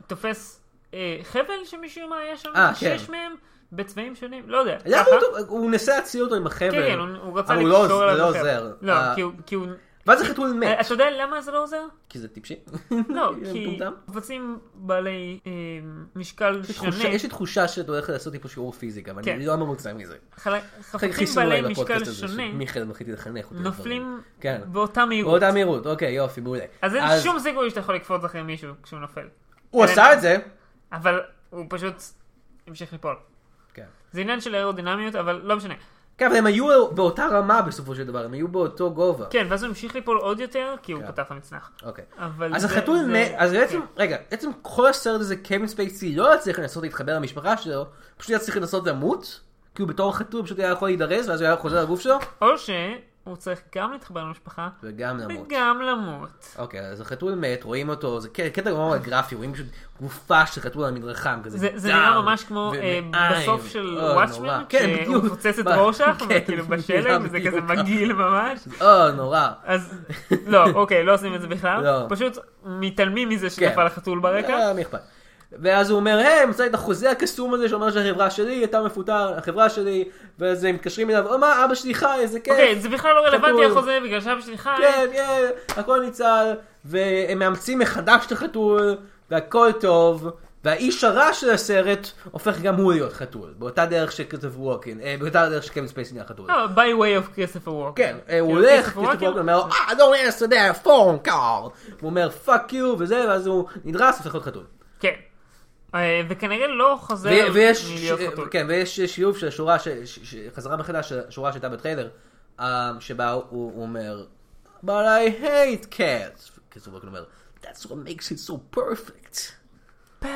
[SPEAKER 2] תופס אה, חבל שמשום מה היה שם,
[SPEAKER 1] אה, כן.
[SPEAKER 2] שש מהם, בצבעים שונים, לא יודע.
[SPEAKER 1] למה
[SPEAKER 2] ככה.
[SPEAKER 1] הוא... הוא ניסה להציל אותו עם החבל.
[SPEAKER 2] כן, כן, הוא- הוא רצה
[SPEAKER 1] אבל הוא לא-
[SPEAKER 2] לקשור
[SPEAKER 1] זה
[SPEAKER 2] עליו.
[SPEAKER 1] לא
[SPEAKER 2] בחבל.
[SPEAKER 1] עוזר.
[SPEAKER 2] לא,
[SPEAKER 1] אה,
[SPEAKER 2] כי הוא- כי הוא...
[SPEAKER 1] ואז החתול מת,
[SPEAKER 2] אתה יודע למה זה לא עוזר?
[SPEAKER 1] כי זה טיפשי.
[SPEAKER 2] לא,
[SPEAKER 1] זה
[SPEAKER 2] כי
[SPEAKER 1] מטומטם.
[SPEAKER 2] קבצים בעלי אה, משקל
[SPEAKER 1] תחושה- יש
[SPEAKER 2] שונה,
[SPEAKER 1] לי תושה שאתה הולך לעשות לי פה שיעור פיזיקה,
[SPEAKER 2] כן.
[SPEAKER 1] ואני לא מרוצה מזה.
[SPEAKER 2] חלק-
[SPEAKER 1] אחרי
[SPEAKER 2] חפצים
[SPEAKER 1] חיסול
[SPEAKER 2] בעלי
[SPEAKER 1] אולי בפודקאסט
[SPEAKER 2] משקל
[SPEAKER 1] הזה,
[SPEAKER 2] שונה,
[SPEAKER 1] שמיכאל מחליט לחנך אותי.
[SPEAKER 2] נופלים
[SPEAKER 1] לדברים. כן.
[SPEAKER 2] באותה מהירות.
[SPEAKER 1] באותה מהירות, אוקיי, יופי, מעולה.
[SPEAKER 2] אז אין שום סיכוי שאתה יכול לקפוץ אחרי מישהו כשהוא נופל.
[SPEAKER 1] הוא
[SPEAKER 2] אין-
[SPEAKER 1] עשה את זה.
[SPEAKER 2] אבל הוא פשוט המשיך ליפול.
[SPEAKER 1] כן.
[SPEAKER 2] זה עניין של אירודינמיות, אבל לא משנה.
[SPEAKER 1] כן, אבל הם היו באותה רמה בסופו של דבר, הם היו באותו גובה.
[SPEAKER 2] כן, ואז הוא המשיך ליפול עוד יותר, כי הוא
[SPEAKER 1] כן.
[SPEAKER 2] פתח את המצנח.
[SPEAKER 1] אוקיי.
[SPEAKER 2] אבל
[SPEAKER 1] אז
[SPEAKER 2] זה-
[SPEAKER 1] החתול
[SPEAKER 2] זה-
[SPEAKER 1] מת, אז בעצם,
[SPEAKER 2] כן.
[SPEAKER 1] רגע, בעצם כל הסרט הזה, קווין ספייסי לא היה צריך לנסות להתחבר למשפחה שלו, פשוט היה צריך לנסות למות, כי הוא בתור חתול פשוט היה יכול להידרס, ואז הוא היה חוזר לגוף שלו,
[SPEAKER 2] או שהוא צריך גם להתחבר למשפחה,
[SPEAKER 1] וגם למות.
[SPEAKER 2] וגם למות.
[SPEAKER 1] אוקיי, אז החתול מת, רואים אותו, זה קטע- קטע מאוד גרפי, רואים פשוט גופה של חתול על המדרחם, כזה
[SPEAKER 2] זה זה
[SPEAKER 1] דם
[SPEAKER 2] נראה ממש כמו אה,
[SPEAKER 1] ומעיים.
[SPEAKER 2] בסוף של
[SPEAKER 1] אה, נורא.
[SPEAKER 2] וואטשמן,
[SPEAKER 1] כן,
[SPEAKER 2] שהוא
[SPEAKER 1] בדיוק.
[SPEAKER 2] מפוצץ את
[SPEAKER 1] מה-
[SPEAKER 2] רורשך,
[SPEAKER 1] כן,
[SPEAKER 2] כאילו
[SPEAKER 1] נראה
[SPEAKER 2] בשלג, וזה
[SPEAKER 1] בדיוק
[SPEAKER 2] כזה
[SPEAKER 1] ככה.
[SPEAKER 2] מגעיל ממש.
[SPEAKER 1] אה, נורא.
[SPEAKER 2] אז לא, אוקיי, לא עושים את זה בכלל.
[SPEAKER 1] לא.
[SPEAKER 2] פשוט מתעלמים מזה
[SPEAKER 1] כן.
[SPEAKER 2] שנפל החתול ברקע.
[SPEAKER 1] אה, מי אכפת. ואז הוא אומר, היי, מצא את החוזה הקסום הזה שאומר שהחברה שלי, אתה מפוטר, החברה שלי, ואז הם מתקשרים אליו, או מה, אבא שלי חי, איזה כיף.
[SPEAKER 2] אוקיי, זה בכלל לא רלוונטי
[SPEAKER 1] כן. חתול.
[SPEAKER 2] החוזה, בגלל שאבא שלי חי.
[SPEAKER 1] כן, כן, הכל ניצל, והם מאמצים מחדש את החתול, והכל טוב, והאיש הרע של הסרט הופך גם הוא להיות חתול, באותה דרך שכתב ווקין, אה, באותה דרך שקווין ספייסי נהיה חתול.
[SPEAKER 2] אה, by way of כאילו, כספר ווק.
[SPEAKER 1] כן, אה, הוא הולך,
[SPEAKER 2] כריסטופר
[SPEAKER 1] כריסטופר
[SPEAKER 2] ווקן-
[SPEAKER 1] ווקן אומר, אה, לא answer that phone call. הוא אומר, fuck you, וזה, ואז הוא נדרס, הופך להיות חתול.
[SPEAKER 2] כן. אה, וכנראה לא חוזר
[SPEAKER 1] ו- ויש,
[SPEAKER 2] מלהיות
[SPEAKER 1] ש-
[SPEAKER 2] חתול.
[SPEAKER 1] כן, ויש שילוב של שורה, ש- ש- ש- חזרה מחדש של שורה שהייתה בטריילר, um, שבה הוא הוא אומר, But I hate cats. כי זוברק אומר, That's what makes it so perfect.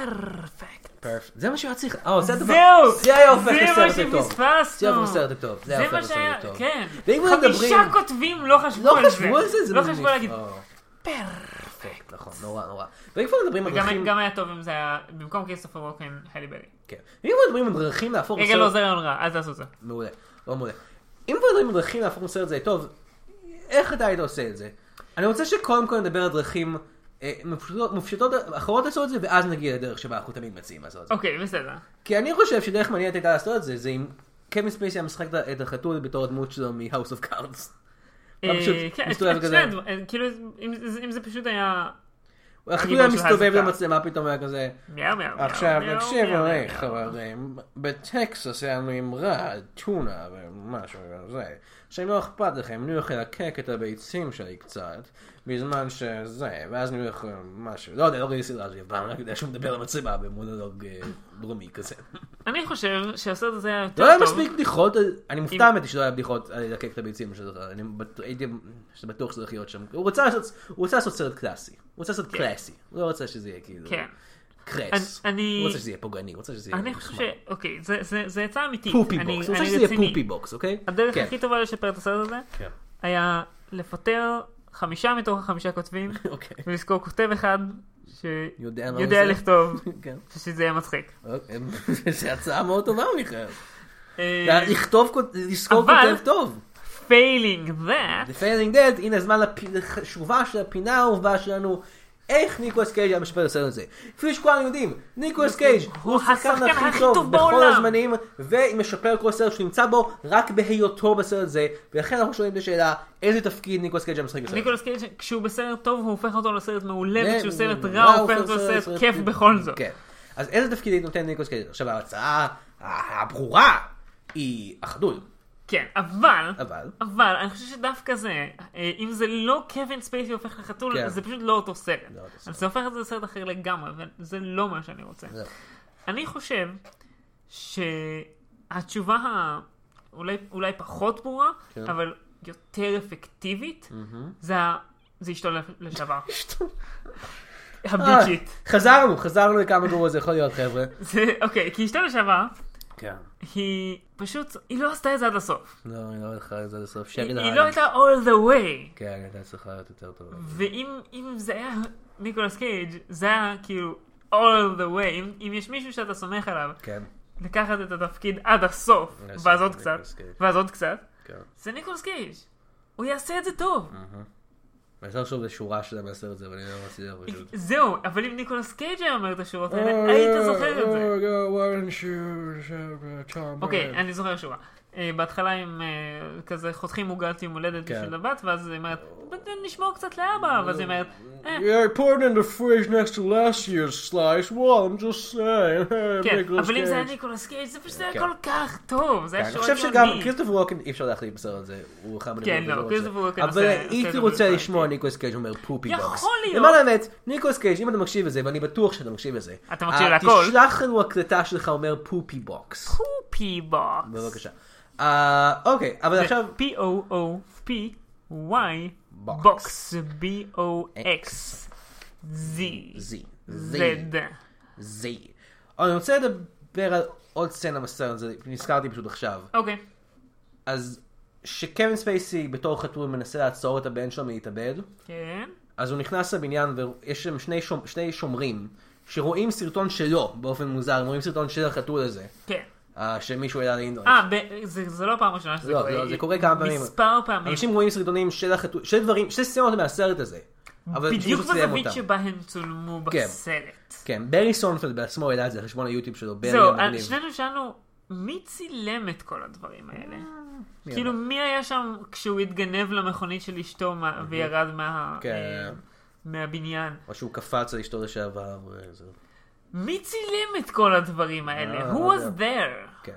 [SPEAKER 2] פרפקט.
[SPEAKER 1] Perf- זה מה שהיה צריך, אה, זה הדבר,
[SPEAKER 2] זהו!
[SPEAKER 1] זה היה הופך
[SPEAKER 2] זה מה
[SPEAKER 1] לסרט יותר טוב,
[SPEAKER 2] שפספסנו.
[SPEAKER 1] זה היה הופך לסרט יותר טוב, זה היה הופך
[SPEAKER 2] זה מה
[SPEAKER 1] לסרט
[SPEAKER 2] שהיה,
[SPEAKER 1] יותר טוב.
[SPEAKER 2] כן.
[SPEAKER 1] ואם כבר
[SPEAKER 2] חמישה
[SPEAKER 1] מדברים-
[SPEAKER 2] כותבים לא חשבו
[SPEAKER 1] לא
[SPEAKER 2] על זה.
[SPEAKER 1] חשבו על זה, זה
[SPEAKER 2] לא
[SPEAKER 1] מגניב.
[SPEAKER 2] חשבו להגיד
[SPEAKER 1] אה,
[SPEAKER 2] פרפקט.
[SPEAKER 1] נכון, נורא נורא. ואם כבר מדברים על
[SPEAKER 2] "אוקיי, גם-
[SPEAKER 1] דרכים,
[SPEAKER 2] גם היה טוב אם זה היה, במקום כריסטופר ווקן, הלי ברי.
[SPEAKER 1] כן. אם כבר מדברים על דרכים להפוך
[SPEAKER 2] רגע, לא, זה רעיון רע, אל תעשו את זה.
[SPEAKER 1] מעולה, לא מעולה. אם כבר מדברים על דרכים להפוך לסרט זה טוב, איך אתה היית עושה את זה? אני רוצה שקודם כל נדבר על דרכים אה, מופשטות- מופשטות אחרות לעשות את זה, ואז נגיע לדרך שבה אנחנו תמיד מציעים לעשות את זה.
[SPEAKER 2] אוקיי, בסדר.
[SPEAKER 1] כי אני חושב שדרך מעניינת הייתה לעשות את זה, זה אם קווין ספייסי היה משחק את החתול בתור הדמות שלו מ-house of cards. הוא היה
[SPEAKER 2] אה,
[SPEAKER 1] לא, פשוט
[SPEAKER 2] כן,
[SPEAKER 1] מסתובב
[SPEAKER 2] את- את
[SPEAKER 1] כזה.
[SPEAKER 2] שני הדברים, אה, כאילו, אם זה- אם זה פשוט היה...
[SPEAKER 1] החתול
[SPEAKER 2] גיבור
[SPEAKER 1] היה
[SPEAKER 2] של
[SPEAKER 1] מסתובב
[SPEAKER 2] האזעקה.
[SPEAKER 1] למצלמה פתאום היה כזה.
[SPEAKER 2] מיהו מיהו.
[SPEAKER 1] עכשיו
[SPEAKER 2] מיהו,
[SPEAKER 1] תקשיב
[SPEAKER 2] מיהו,
[SPEAKER 1] לי
[SPEAKER 2] מיהו.
[SPEAKER 1] חברים, בטקסס היה לנו אמרה על טונה ומשהו וזה, שאם לא אכפת לכם, אני הולך ללקק את הביצים שלי קצת, בזמן שזה, ואז אני הולך משהו, לא יודע, לא ראיתי סדרה שלי אף פעם, אני רק יודע שהוא מדבר על המצלמה במונולוג אה, דרומי כזה.
[SPEAKER 2] אני חושב שהסרט הזה היה יותר
[SPEAKER 1] לא היה
[SPEAKER 2] טוב.
[SPEAKER 1] מספיק בדיחות, על- אני מופתע האמת היא שלא היה בדיחות על ללקק את הביצים שלך, אני בט- הייתי בטוח שזה הולך להיות שם, הוא רוצה לעשות- הוא רוצה לעשות סרט קלאסי, הוא רוצה לעשות קלאסי, הוא לא רוצה שזה יהיה כאילו
[SPEAKER 2] כן.
[SPEAKER 1] קרס,
[SPEAKER 2] אני- אני-
[SPEAKER 1] הוא רוצה שזה יהיה פוגעני, הוא רוצה שזה יהיה
[SPEAKER 2] אני חושב ש... אוקיי, זה- זה- זה יצא אמיתי.
[SPEAKER 1] אה, פופי
[SPEAKER 2] אני-
[SPEAKER 1] בוקס, הוא רוצה
[SPEAKER 2] אני
[SPEAKER 1] שזה יהיה
[SPEAKER 2] רציני.
[SPEAKER 1] פופי בוקס, אוקיי?
[SPEAKER 2] הדרך
[SPEAKER 1] כן.
[SPEAKER 2] הכי טובה לשפר את הסרט הזה,
[SPEAKER 1] כן.
[SPEAKER 2] היה לפטר חמישה מתוך החמישה כותבים,
[SPEAKER 1] אוקיי.
[SPEAKER 2] ולזכור כותב אחד
[SPEAKER 1] יודע מה
[SPEAKER 2] שיודע
[SPEAKER 1] הוא עושה.
[SPEAKER 2] לכתוב,
[SPEAKER 1] כן.
[SPEAKER 2] ושזה יהיה מצחיק.
[SPEAKER 1] אוקיי. זו הצעה מאוד טובה, מיכאל.
[SPEAKER 2] אה,
[SPEAKER 1] לכתוב, כות- לזכור
[SPEAKER 2] אבל-
[SPEAKER 1] כותב טוב.
[SPEAKER 2] failing that,
[SPEAKER 1] The failing dead, הנה הזמן לפ- לשובה של הפינה האהובה שלנו. איך ניקולס קייג' היה משפט הסרט הזה? כפי שכולם יודעים, ניקולס קייג' הוא השחקן הכי טוב בכל
[SPEAKER 2] בעולם.
[SPEAKER 1] הזמנים, ומשפר כל סרט שנמצא בו רק בהיותו בסרט זה, ולכן אנחנו שואלים את השאלה, איזה תפקיד ניקולס קייג' היה משחק בסרט?
[SPEAKER 2] ניקולס קייג' כשהוא בסרט טוב הוא הופך אותו לסרט מעולה,
[SPEAKER 1] כן,
[SPEAKER 2] וכשהוא סרט
[SPEAKER 1] הוא-
[SPEAKER 2] רע
[SPEAKER 1] הוא
[SPEAKER 2] הוא הופך אותו
[SPEAKER 1] סרט-
[SPEAKER 2] לסרט
[SPEAKER 1] סרט-
[SPEAKER 2] כיף בכל זאת.
[SPEAKER 1] כן. אז איזה תפקיד היית נותן לניקולס קייג'? עכשיו ההצעה הברורה היא החדול,
[SPEAKER 2] כן, אבל,
[SPEAKER 1] אבל...
[SPEAKER 2] אבל אני חושב שדווקא זה, אה, אם זה לא קווין ספייסי הופך לחתול,
[SPEAKER 1] כן.
[SPEAKER 2] זה פשוט לא אותו סרט.
[SPEAKER 1] לא אותו סרט.
[SPEAKER 2] אז זה הופך את זה לסרט אחר לגמרי, וזה לא מה שאני רוצה.
[SPEAKER 1] זהו.
[SPEAKER 2] אני חושב שהתשובה ה... אולי, אולי פחות ברורה,
[SPEAKER 1] כן.
[SPEAKER 2] אבל יותר אפקטיבית, זה, ה- זה אשתו לשעבר. הביצ'ית.
[SPEAKER 1] אה, חזרנו, חזרנו לכמה גרוע זה יכול להיות חבר'ה.
[SPEAKER 2] זה, אוקיי, כי אשתו לשעבר,
[SPEAKER 1] כן.
[SPEAKER 2] היא פשוט, היא לא עשתה את זה עד הסוף.
[SPEAKER 1] לא, אני לא הולך לזה לסוף.
[SPEAKER 2] היא
[SPEAKER 1] שריל
[SPEAKER 2] היא
[SPEAKER 1] האן.
[SPEAKER 2] לא הייתה all the way.
[SPEAKER 1] כן, הייתה צריכה להיות יותר טובה.
[SPEAKER 2] ואם אם זה היה ניקולס קייג', זה היה כאילו all the way. אם, אם יש מישהו שאתה סומך עליו,
[SPEAKER 1] כן,
[SPEAKER 2] לקחת את התפקיד עד הסוף,
[SPEAKER 1] לעשות
[SPEAKER 2] ואז עוד
[SPEAKER 1] את
[SPEAKER 2] קצת,
[SPEAKER 1] ניקולס קייג'.
[SPEAKER 2] ואז עוד קצת,
[SPEAKER 1] כן.
[SPEAKER 2] זה ניקולס קייג'. הוא יעשה את זה טוב.
[SPEAKER 1] אה, אני רוצה לחשוב לשורה שלה מהסרט זה, אבל אני לא רציתי לזה פשוט.
[SPEAKER 2] זהו, אבל אם ניקולס קייג' היה אומר את השורות
[SPEAKER 1] אה,
[SPEAKER 2] האלה, היית זוכר את
[SPEAKER 6] Oh,
[SPEAKER 2] זה. אוקיי, אני זוכר שורה. אה, בהתחלה הם אה, כזה חותכים עוגת יום הולדת
[SPEAKER 1] כן. לא,
[SPEAKER 2] בשביל הבת, ואז היא אומרת, "בוא נשמור קצת לאבא, ואז היא אומרת, "אה,
[SPEAKER 6] Yeah, I poured in the fridge next to last year's slice. Well, I'm just saying. Hey,
[SPEAKER 2] כן,
[SPEAKER 6] Nicolas
[SPEAKER 2] אבל אם זה היה
[SPEAKER 6] Cage.
[SPEAKER 2] ניקולס קייג' זה פשוט היה
[SPEAKER 1] כן.
[SPEAKER 2] כל כך טוב, זה היה
[SPEAKER 1] אני
[SPEAKER 2] שירות
[SPEAKER 1] חושב שגם
[SPEAKER 2] גאוני.
[SPEAKER 1] כריסטופר ווקן אי אפשר להחליט בסרט הזה, הוא אחד
[SPEAKER 2] כן,
[SPEAKER 1] מהדברים
[SPEAKER 2] לא,
[SPEAKER 1] שאני
[SPEAKER 2] כריסטופר
[SPEAKER 1] רוצה.
[SPEAKER 2] ווקן
[SPEAKER 1] אבל
[SPEAKER 2] עושה-
[SPEAKER 1] הייתי
[SPEAKER 2] עושה
[SPEAKER 1] רוצה
[SPEAKER 2] דברים
[SPEAKER 1] לשמוע ניקולס קייג' אומר פופי
[SPEAKER 2] יכול
[SPEAKER 1] בוקס.
[SPEAKER 2] להיות.
[SPEAKER 1] למען האמת, ניקולס קייג', אם אתה מקשיב לזה, ואני בטוח שאתה מקשיב לזה.
[SPEAKER 2] אתה מקשיב
[SPEAKER 1] אה,
[SPEAKER 2] להכל.
[SPEAKER 1] תשלח לנו הקלטה שלך אומר פופי בוקס.
[SPEAKER 2] פופי בוקס.
[SPEAKER 1] בבקשה. אה, אוקיי, אבל עכשיו...
[SPEAKER 2] P-O-O-P-Y
[SPEAKER 1] Box.
[SPEAKER 2] בוקס. B-O-X. Z.
[SPEAKER 1] Z.
[SPEAKER 2] Z.
[SPEAKER 1] Z. Z. אוקיי, אני רוצה לדבר על עוד סצנה בסרט הזה, נזכרתי פשוט עכשיו.
[SPEAKER 2] אוקיי.
[SPEAKER 1] אז שקווין ספייסי בתור חתול מנסה לעצור את הבן שלו מלהתאבד,
[SPEAKER 2] כן.
[SPEAKER 1] אז הוא נכנס לבניין ויש שם שני, שומ... שני שומרים שרואים סרטון שלו באופן מוזר, הם רואים סרטון של החתול הזה,
[SPEAKER 2] כן.
[SPEAKER 1] אה, שמישהו העלה לאינטרנט.
[SPEAKER 2] אה, ב- זה זה לא הפעם הראשונה שזה
[SPEAKER 1] לא,
[SPEAKER 2] קורה.
[SPEAKER 1] לא, זה קורה כמה פעמים.
[SPEAKER 2] מספר פעמים.
[SPEAKER 1] אנשים רואים סרטונים של החתול, של דברים, של סצנות מהסרט הזה. אבל
[SPEAKER 2] בדיוק
[SPEAKER 1] מישהו צילם
[SPEAKER 2] בזווית
[SPEAKER 1] אותם.
[SPEAKER 2] שבה הם צולמו
[SPEAKER 1] כן.
[SPEAKER 2] בסרט.
[SPEAKER 1] כן, ברי סונפלד בעצמו העלה את זה על חשבון היוטיוב שלו, ברי
[SPEAKER 2] זהו, אה,
[SPEAKER 1] המגניב.
[SPEAKER 2] שנינו שאלנו, מי צילם את כל הדברים האלה?
[SPEAKER 1] אה,
[SPEAKER 2] כאילו, מי היה שם כשהוא התגנב למכונית של אשתו מה- וירד מה-
[SPEAKER 1] אוקיי. כן.
[SPEAKER 2] אה, מהבניין?
[SPEAKER 1] או שהוא קפץ על אשתו לשעבר. אה, וזה-
[SPEAKER 2] מי צילם את כל הדברים האלה?
[SPEAKER 1] אה,
[SPEAKER 2] Who
[SPEAKER 1] לא
[SPEAKER 2] was
[SPEAKER 1] יודע.
[SPEAKER 2] there?
[SPEAKER 1] כן,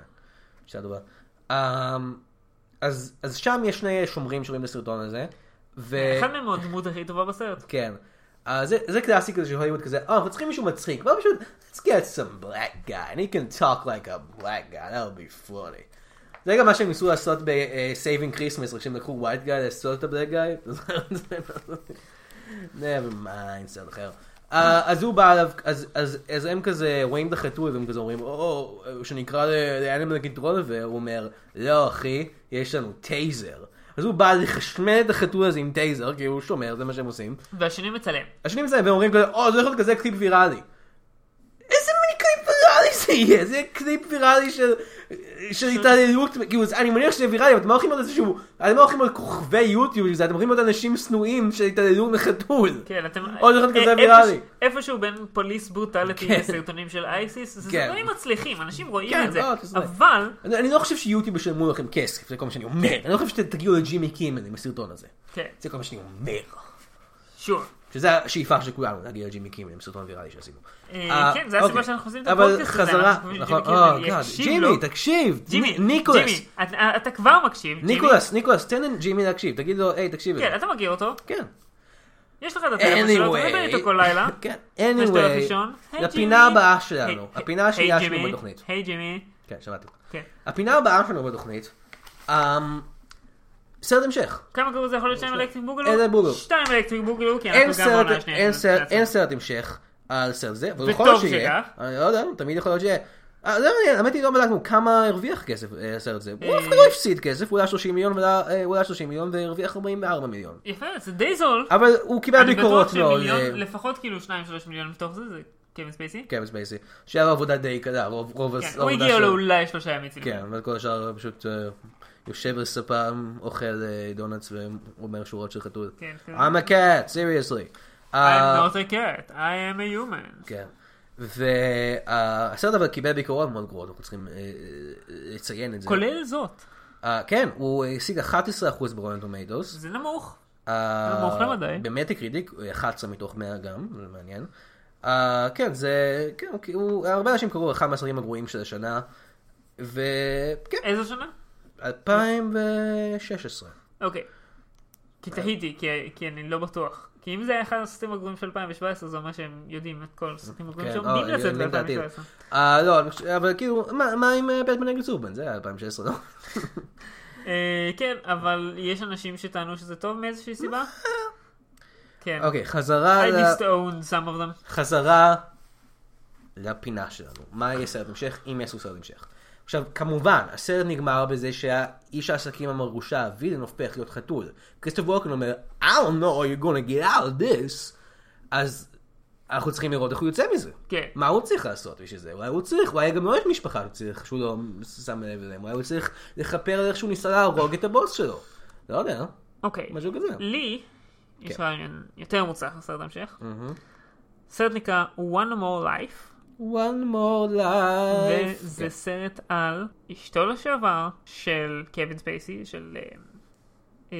[SPEAKER 1] שאלה טובה. אמ, אז אז שם יש שני שומרים שרואים את הסרטון הזה, ו...
[SPEAKER 2] אחד מהם הוא הדמות הכי טובה בסרט.
[SPEAKER 1] כן. אה, זה, זה קלאסי כזה של הוליווד כזה, אה, אנחנו צריכים מישהו מצחיק, בוא פשוט, let's get some black guy, and he can talk like a black guy, that'll be funny. זה זה גם מה שהם ניסו לעשות ב-Saving Christmas, רק שהם לקחו white guy לעשות את הבלק guy. לא never mind, סרט אחר. אה, אז הוא בא אליו, אז- אז אז הם כזה רואים את החתול, והם כזה אומרים, או, שנקרא לאנימל קינטרול, והוא אומר, לא אחי, יש לנו טייזר. אז הוא בא לחשמל את החתול הזה עם טייזר, כי הוא שומר, זה מה שהם עושים.
[SPEAKER 2] והשני מצלם.
[SPEAKER 1] השני מזה, והם אומרים כזה, או, זה יכול להיות כזה קליפ ויראלי. איזה מין קליפ ויראלי זה יהיה? זה קליפ ויראלי של, של התעללות, כאילו, זה- אני מניח שזה ויראלי, אבל אתם לא הולכים על איזשהו, אתם לא הולכים על כוכבי יוטיוב עם זה, אתם הולכים על אנשים שנואים של התעללות מחתול.
[SPEAKER 2] כן, אתם...
[SPEAKER 1] עוד אחד כזה
[SPEAKER 2] אה,
[SPEAKER 1] ויראלי.
[SPEAKER 2] איפוש- איפשהו בין פוליס ברוטליטי
[SPEAKER 1] כן.
[SPEAKER 2] לסרטונים של אייסיס, זה
[SPEAKER 1] כן.
[SPEAKER 2] סרטונים מצליחים, אנשים רואים
[SPEAKER 1] כן,
[SPEAKER 2] את זה.
[SPEAKER 1] לא, אתה צודק.
[SPEAKER 2] אבל,
[SPEAKER 1] אני, אני לא חושב שיוטיוב ישלמו לכם כסף, זה כל מה שאני אומר. אני לא חושב שתגיעו לג'ימי קימל עם הסרטון הזה.
[SPEAKER 2] כן,
[SPEAKER 1] זה כל מה שאני אומר.
[SPEAKER 2] שוב.
[SPEAKER 1] שזה השאיפה של כולנו, להגיע לג'ימי קימל עם סרטון ויראלי שעשינו.
[SPEAKER 2] אה, כן, זה הסיבה
[SPEAKER 1] אוקיי.
[SPEAKER 2] שאנחנו עושים את הפודקאסט הזה,
[SPEAKER 1] אבל חזרה,
[SPEAKER 2] אנחנו חושבים
[SPEAKER 1] נכון,
[SPEAKER 2] שג'ימי קימל
[SPEAKER 1] אה, גאד,
[SPEAKER 2] יקשיב
[SPEAKER 1] ג'ימי,
[SPEAKER 2] לו.
[SPEAKER 1] תקשיב,
[SPEAKER 2] ג'ימי,
[SPEAKER 1] ניקולס,
[SPEAKER 2] ג'ימי, אתה- אה, אתה כבר מקשיב, ג'ימי.
[SPEAKER 1] ניקולס, ניקולס, תן לג'ימי להקשיב, תגיד לו, היי, תקשיב
[SPEAKER 2] כן,
[SPEAKER 1] לזה.
[SPEAKER 2] אתה מכיר אותו,
[SPEAKER 1] כן.
[SPEAKER 2] יש לך את הטלפון שלו, אתה מדבר איתו כל לילה.
[SPEAKER 1] כן,
[SPEAKER 2] ואתה הולך
[SPEAKER 1] anyway,
[SPEAKER 2] לישון, "היי, ג'ימי."
[SPEAKER 1] לפינה הבאה שלנו,
[SPEAKER 2] היי-
[SPEAKER 1] הפינה
[SPEAKER 2] היי,
[SPEAKER 1] השנייה שלנו
[SPEAKER 2] ג'ימי,
[SPEAKER 1] בתוכנית.
[SPEAKER 2] היי ג'ימי,
[SPEAKER 1] כן, שמעתי.
[SPEAKER 2] כן.
[SPEAKER 1] הפינה הבאה שלנו בתוכנית, אמ, סרט המשך.
[SPEAKER 2] כמה קראו לזה יכול להיות שתיים אלקטריק בוגלו?
[SPEAKER 1] איזה בוגלו?
[SPEAKER 2] שתיים אלקטריק בוגלו, כי
[SPEAKER 1] אין
[SPEAKER 2] אנחנו גם
[SPEAKER 1] סרט-
[SPEAKER 2] בעונה השנייה.
[SPEAKER 1] אין
[SPEAKER 2] של
[SPEAKER 1] סרט-
[SPEAKER 2] הסרט.
[SPEAKER 1] אין סרט המשך על סרט זה, אבל
[SPEAKER 2] וטוב
[SPEAKER 1] יכול להיות שיהיה.
[SPEAKER 2] שכך.
[SPEAKER 1] אני לא יודע, תמיד יכול להיות שיהיה. אה, זה מעניין, האמת היא לא בדקנו כמה הרוויח כסף אה, הסרט זה. הוא אף אחד לא הפסיד כסף, הוא עלה 30 מיליון, ועלה- אה, הוא עלה 30 מיליון והרוויח 44 מיליון.
[SPEAKER 2] יפה, זה די זול.
[SPEAKER 1] אבל הוא קיבל
[SPEAKER 2] אני בטוח
[SPEAKER 1] ביקורות מאוד.
[SPEAKER 2] שמיליון,
[SPEAKER 1] אה,
[SPEAKER 2] לפחות כאילו שניים שלוש מיליון מתוך זה, זה קווין ספייסי.
[SPEAKER 1] קווין ספייסי, שהיה לו עבודה די קלה, רוב רוב
[SPEAKER 2] כן,
[SPEAKER 1] הס-
[SPEAKER 2] הוא
[SPEAKER 1] העבודה
[SPEAKER 2] הגיע
[SPEAKER 1] שלו-
[SPEAKER 2] לאולי שלושה ימים צילומים.
[SPEAKER 1] כן, אבל כל השאר פשוט אה, יושב על ספה, אוכל אה, דונלדס ואומר שורות של חתול.
[SPEAKER 2] כן, כן.
[SPEAKER 1] I'm a cat, seriously. אה,
[SPEAKER 2] I'm not a cat, I am a human.
[SPEAKER 1] כן. והסרט אבל קיבל ביקורות מאוד גרועות, אנחנו צריכים אה, אה, לציין את זה.
[SPEAKER 2] כולל זאת,
[SPEAKER 1] אה, כן, הוא השיג 11% ברולנד טומטוס.
[SPEAKER 2] זה נמוך.
[SPEAKER 1] אה,
[SPEAKER 2] נמוך למדי.
[SPEAKER 1] באמת הקרידיק, 11 מתוך 100 גם, זה מעניין. אה, כן, זה... כן, הוא- הוא... הרבה אנשים קראו אחד מהסרטים הגרועים של השנה. כן, וכן,
[SPEAKER 2] איזו שנה?
[SPEAKER 1] 2016.
[SPEAKER 2] אוקיי. כי תהיתי, כי- כי אני לא בטוח. כי אם זה היה אחד הסרטים הגרועים של 2017, זה אומר שהם יודעים את כל הסרטים הגרועים
[SPEAKER 1] כן,
[SPEAKER 2] שעומדים
[SPEAKER 1] אה,
[SPEAKER 2] לצאת
[SPEAKER 1] יודעים את העתיד.
[SPEAKER 2] ב-2017.
[SPEAKER 1] אה, לא, אני חושב- אבל כאילו, מה מה עם אה, בטמן נגד סופרמן? זה היה 2016, לא?
[SPEAKER 2] אה, כן, אבל יש אנשים שטענו שזה טוב מאיזושהי סיבה? כן.
[SPEAKER 1] אוקיי, חזרה
[SPEAKER 2] I
[SPEAKER 1] ל...
[SPEAKER 2] just own some of them.
[SPEAKER 1] חזרה לפינה שלנו. מה יהיה סרט המשך, אם יעשו סרט המשך. עכשיו, כמובן, הסרט נגמר בזה שהאיש העסקים המרושע, וילן, הופך להיות חתול. כריסטוף ווקן אומר, I don't know how you're gonna get out of this. אז אנחנו צריכים לראות איך הוא יוצא מזה.
[SPEAKER 2] כן.
[SPEAKER 1] מה הוא צריך לעשות בשביל זה? אולי הוא צריך, אולי גם לו יש משפחה שהוא צריך, שהוא לא שם לב אליהם. אולי הוא צריך לכפר על איך שהוא ניסה להרוג את הבוס שלו. לא יודע,
[SPEAKER 2] אוקיי.
[SPEAKER 1] משהו כזה.
[SPEAKER 2] לי
[SPEAKER 1] כן.
[SPEAKER 2] יש רעיון יותר מוצלח לסרט המשך. סרט נקרא One More Life,
[SPEAKER 1] one more life.
[SPEAKER 2] וזה סרט על אשתו לשעבר של קווין ספייסי, של אה, אה,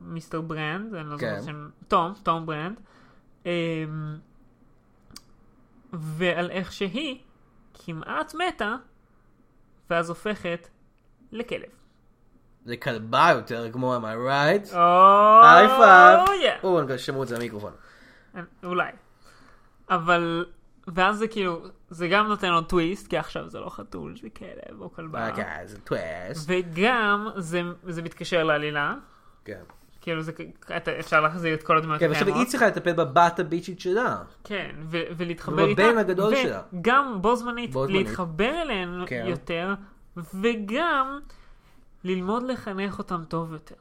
[SPEAKER 2] מיסטר ברנד, אני לא
[SPEAKER 1] כן.
[SPEAKER 2] זוכר שם, תום, תום ברנד, אה, ועל איך שהיא כמעט מתה, ואז הופכת לכלב.
[SPEAKER 1] זה כלבה יותר, כמו am I right? היי פאב.
[SPEAKER 2] היי
[SPEAKER 1] או, אני שמעו את זה למיקרופון.
[SPEAKER 2] אה, אולי. אבל, ואז זה כאילו, זה גם נותן לו טוויסט, כי עכשיו זה לא חתול, זה כלב או כלבה.
[SPEAKER 1] אוקיי, זה טוויסט.
[SPEAKER 2] וגם זה, זה מתקשר לעלילה,
[SPEAKER 1] כן.
[SPEAKER 2] כאילו זה, כ- אתה, אפשר להחזיר את כל הדמויות
[SPEAKER 1] כן, ועכשיו היא צריכה לטפל בבת הביצ'ית שלה.
[SPEAKER 2] כן, ו- ולהתחבר איתה.
[SPEAKER 1] ובבן הגדול שלה.
[SPEAKER 2] וגם בו זמנית,
[SPEAKER 1] בו זמנית.
[SPEAKER 2] להתחבר אליהן
[SPEAKER 1] כן.
[SPEAKER 2] יותר, וגם ללמוד לחנך אותם טוב יותר.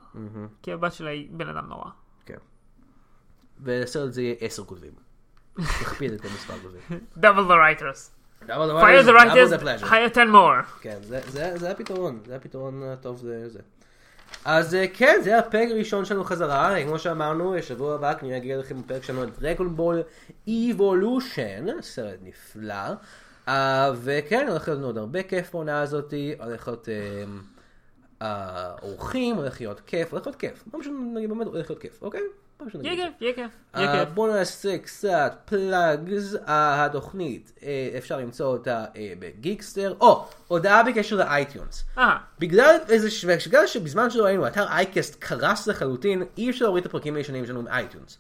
[SPEAKER 2] כי הבת שלה היא בן אדם נורא.
[SPEAKER 1] כן. ולסרט זה יהיה עשר כותבים. תכפיל את המספר כותבים.
[SPEAKER 2] Double the writers.
[SPEAKER 1] Double the
[SPEAKER 2] Fire
[SPEAKER 1] writers,
[SPEAKER 2] the
[SPEAKER 1] Oh, double
[SPEAKER 2] writers,
[SPEAKER 1] the pleasure.
[SPEAKER 2] hire 10 more.
[SPEAKER 1] כן, זה- זה זה הפתרון, זה הפתרון הטוב לזה. אז אה, כן, זה הפרק הראשון שלנו חזרה, אה, כמו שאמרנו, שבוע הבא כנראה יגיע לכם הפרק שלנו על דרגון בול איבולושן, סרט נפלא. אה, וכן, הולך להיות לנו עוד הרבה כיף בעונה הזאתי, הולך להיות אה, אה, אורחים, הולך להיות כיף, הולך להיות כיף. מה פשוט נגיד באמת הולך להיות כיף, אוקיי? מה פשוט נגיד
[SPEAKER 2] יהיה
[SPEAKER 1] את זה.
[SPEAKER 2] כיף, יהיה כיף, יהיה
[SPEAKER 1] אה,
[SPEAKER 2] כיף.
[SPEAKER 1] בואו נעשה קצת פלאגס. אה, התוכנית, אה, אפשר למצוא אותה אה, בגיקסטר, או הודעה בקשר לאייטיונס.
[SPEAKER 2] אה,
[SPEAKER 1] בגלל איזה ש... בגלל שבזמן שלא היינו, אתר אייקסט קרס לחלוטין, אי אפשר להוריד את הפרקים הישנים שלנו מאייטיונס.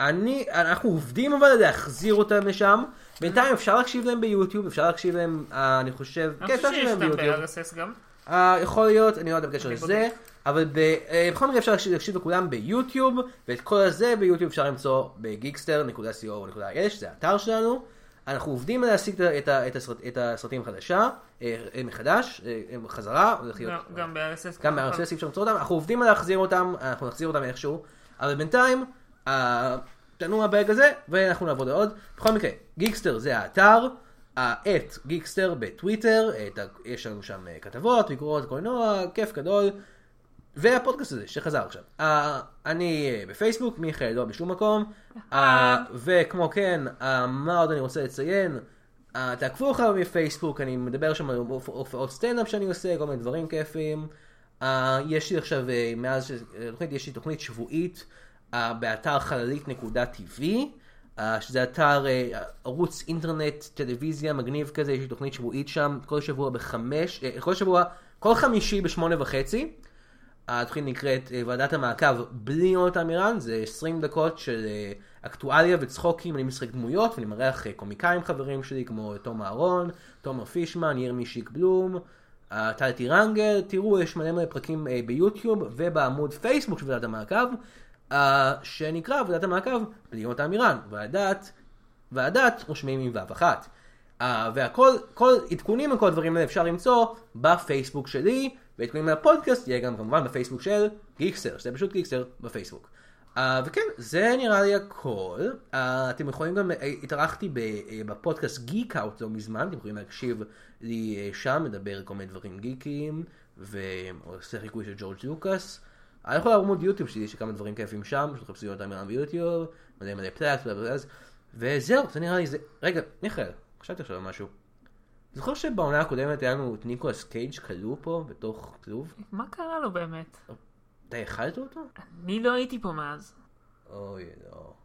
[SPEAKER 1] אני, אנחנו עובדים אבל להחזיר אותם לשם. בינתיים אפשר להקשיב להם ביוטיוב, אפשר להקשיב להם, אה, אני חושב, כן,
[SPEAKER 2] אני
[SPEAKER 1] אפשר
[SPEAKER 2] חושב
[SPEAKER 1] להקשיב
[SPEAKER 2] שיש
[SPEAKER 1] להם
[SPEAKER 2] אותם
[SPEAKER 1] ביוטיוב.
[SPEAKER 2] ב-RSS גם.
[SPEAKER 1] אה, יכול להיות, אני לא יודע בקשר לזה, אבל ב- אה, בכל מקרה אפשר להקשיב- להקשיב לכולם ביוטיוב, ואת כל הזה ביוטיוב אפשר למצוא בגיקסטר.co.il, שזה האתר שלנו. אנחנו עובדים על להשיג את ה- את ה- את הסרט- את הסרטים חדשה, אה, אה, מחדש, אה, אה, חזרה, הולך להיות-
[SPEAKER 2] גם- גם ב-RSS.
[SPEAKER 1] גם מהרסס אי אפשר למצוא אותם, אנחנו עובדים על להחזיר אותם, אנחנו נחזיר אותם איכשהו, אבל בינתיים, אה, תנוע ברגע הזה, ואנחנו נעבוד על עוד. בכל מקרה, גיקסטר זה האתר, את גיקסטר בטוויטר, את ה- יש לנו שם אה, כתבות, ביקורות, קולנוע, כיף גדול, והפודקאסט הזה שחזר עכשיו. אה, אני אה, בפייסבוק, מיכאל לא בשום מקום, אה, וכמו כן, אה, מה עוד אני רוצה לציין? אה, תעקבו אחריי בפייסבוק, אני מדבר שם על הופ- הופעות סטנדאפ שאני עושה, כל מיני דברים כיפיים. אה, יש לי עכשיו, אה, מאז שהתוכנית, יש לי תוכנית שבועית אה, באתר חללית.tv, אה, שזה אתר, אה, ערוץ אינטרנט, טלוויזיה, מגניב כזה, יש לי תוכנית שבועית שם, כל שבוע בחמש, אה, כל שבוע, כל חמישי בשמונה וחצי. התוכנית נקראת אה, ועדת המעקב בלי יונתן מירן, זה 20 דקות של אה, אקטואליה וצחוקים, אני משחק דמויות ואני מארח אה, קומיקאים חברים שלי כמו תום אהרון, תומר פישמן, ירמי שיק בלום, אה, טל טירנגל, תראו יש מלא מלא פרקים אה, ביוטיוב ובעמוד פייסבוק של ועדת המעקב, אה, שנקרא ועדת המעקב בלי יונתן מירן, ועדת, ועדת רושמים עם ו' אחת. Uh, והכל, כל עדכונים וכל הדברים האלה אפשר למצוא בפייסבוק שלי, ועדכונים על הפודקאסט יהיה גם כמובן בפייסבוק של גיקסטר, שזה פשוט גיקסטר בפייסבוק. Uh, וכן, זה נראה לי הכל. Uh, אתם יכולים גם, אה, התארחתי ב, אה, בפודקאסט גיק אאוט לא מזמן, אתם יכולים להקשיב לי אה, שם, מדבר כל מיני דברים גיקיים, ועושה חיקוי של ג'ורג' לוקאס. אני יכול לעמוד יוטיוב שלי, יש לי כמה דברים כיפים שם, פשוט חפשו אותם מרם ביוטיוב, מלא מלא פלאט, וזהו, זה נראה לי זה. רגע, מיכאל, חשבתי עכשיו על משהו. זוכר שבעונה הקודמת היה לנו את ניקולס קייג' כלוא פה, בתוך כלוב?
[SPEAKER 2] מה קרה לו באמת?
[SPEAKER 1] אתה אכלת אותו?
[SPEAKER 2] אני לא הייתי פה מאז.
[SPEAKER 1] אוי, לא.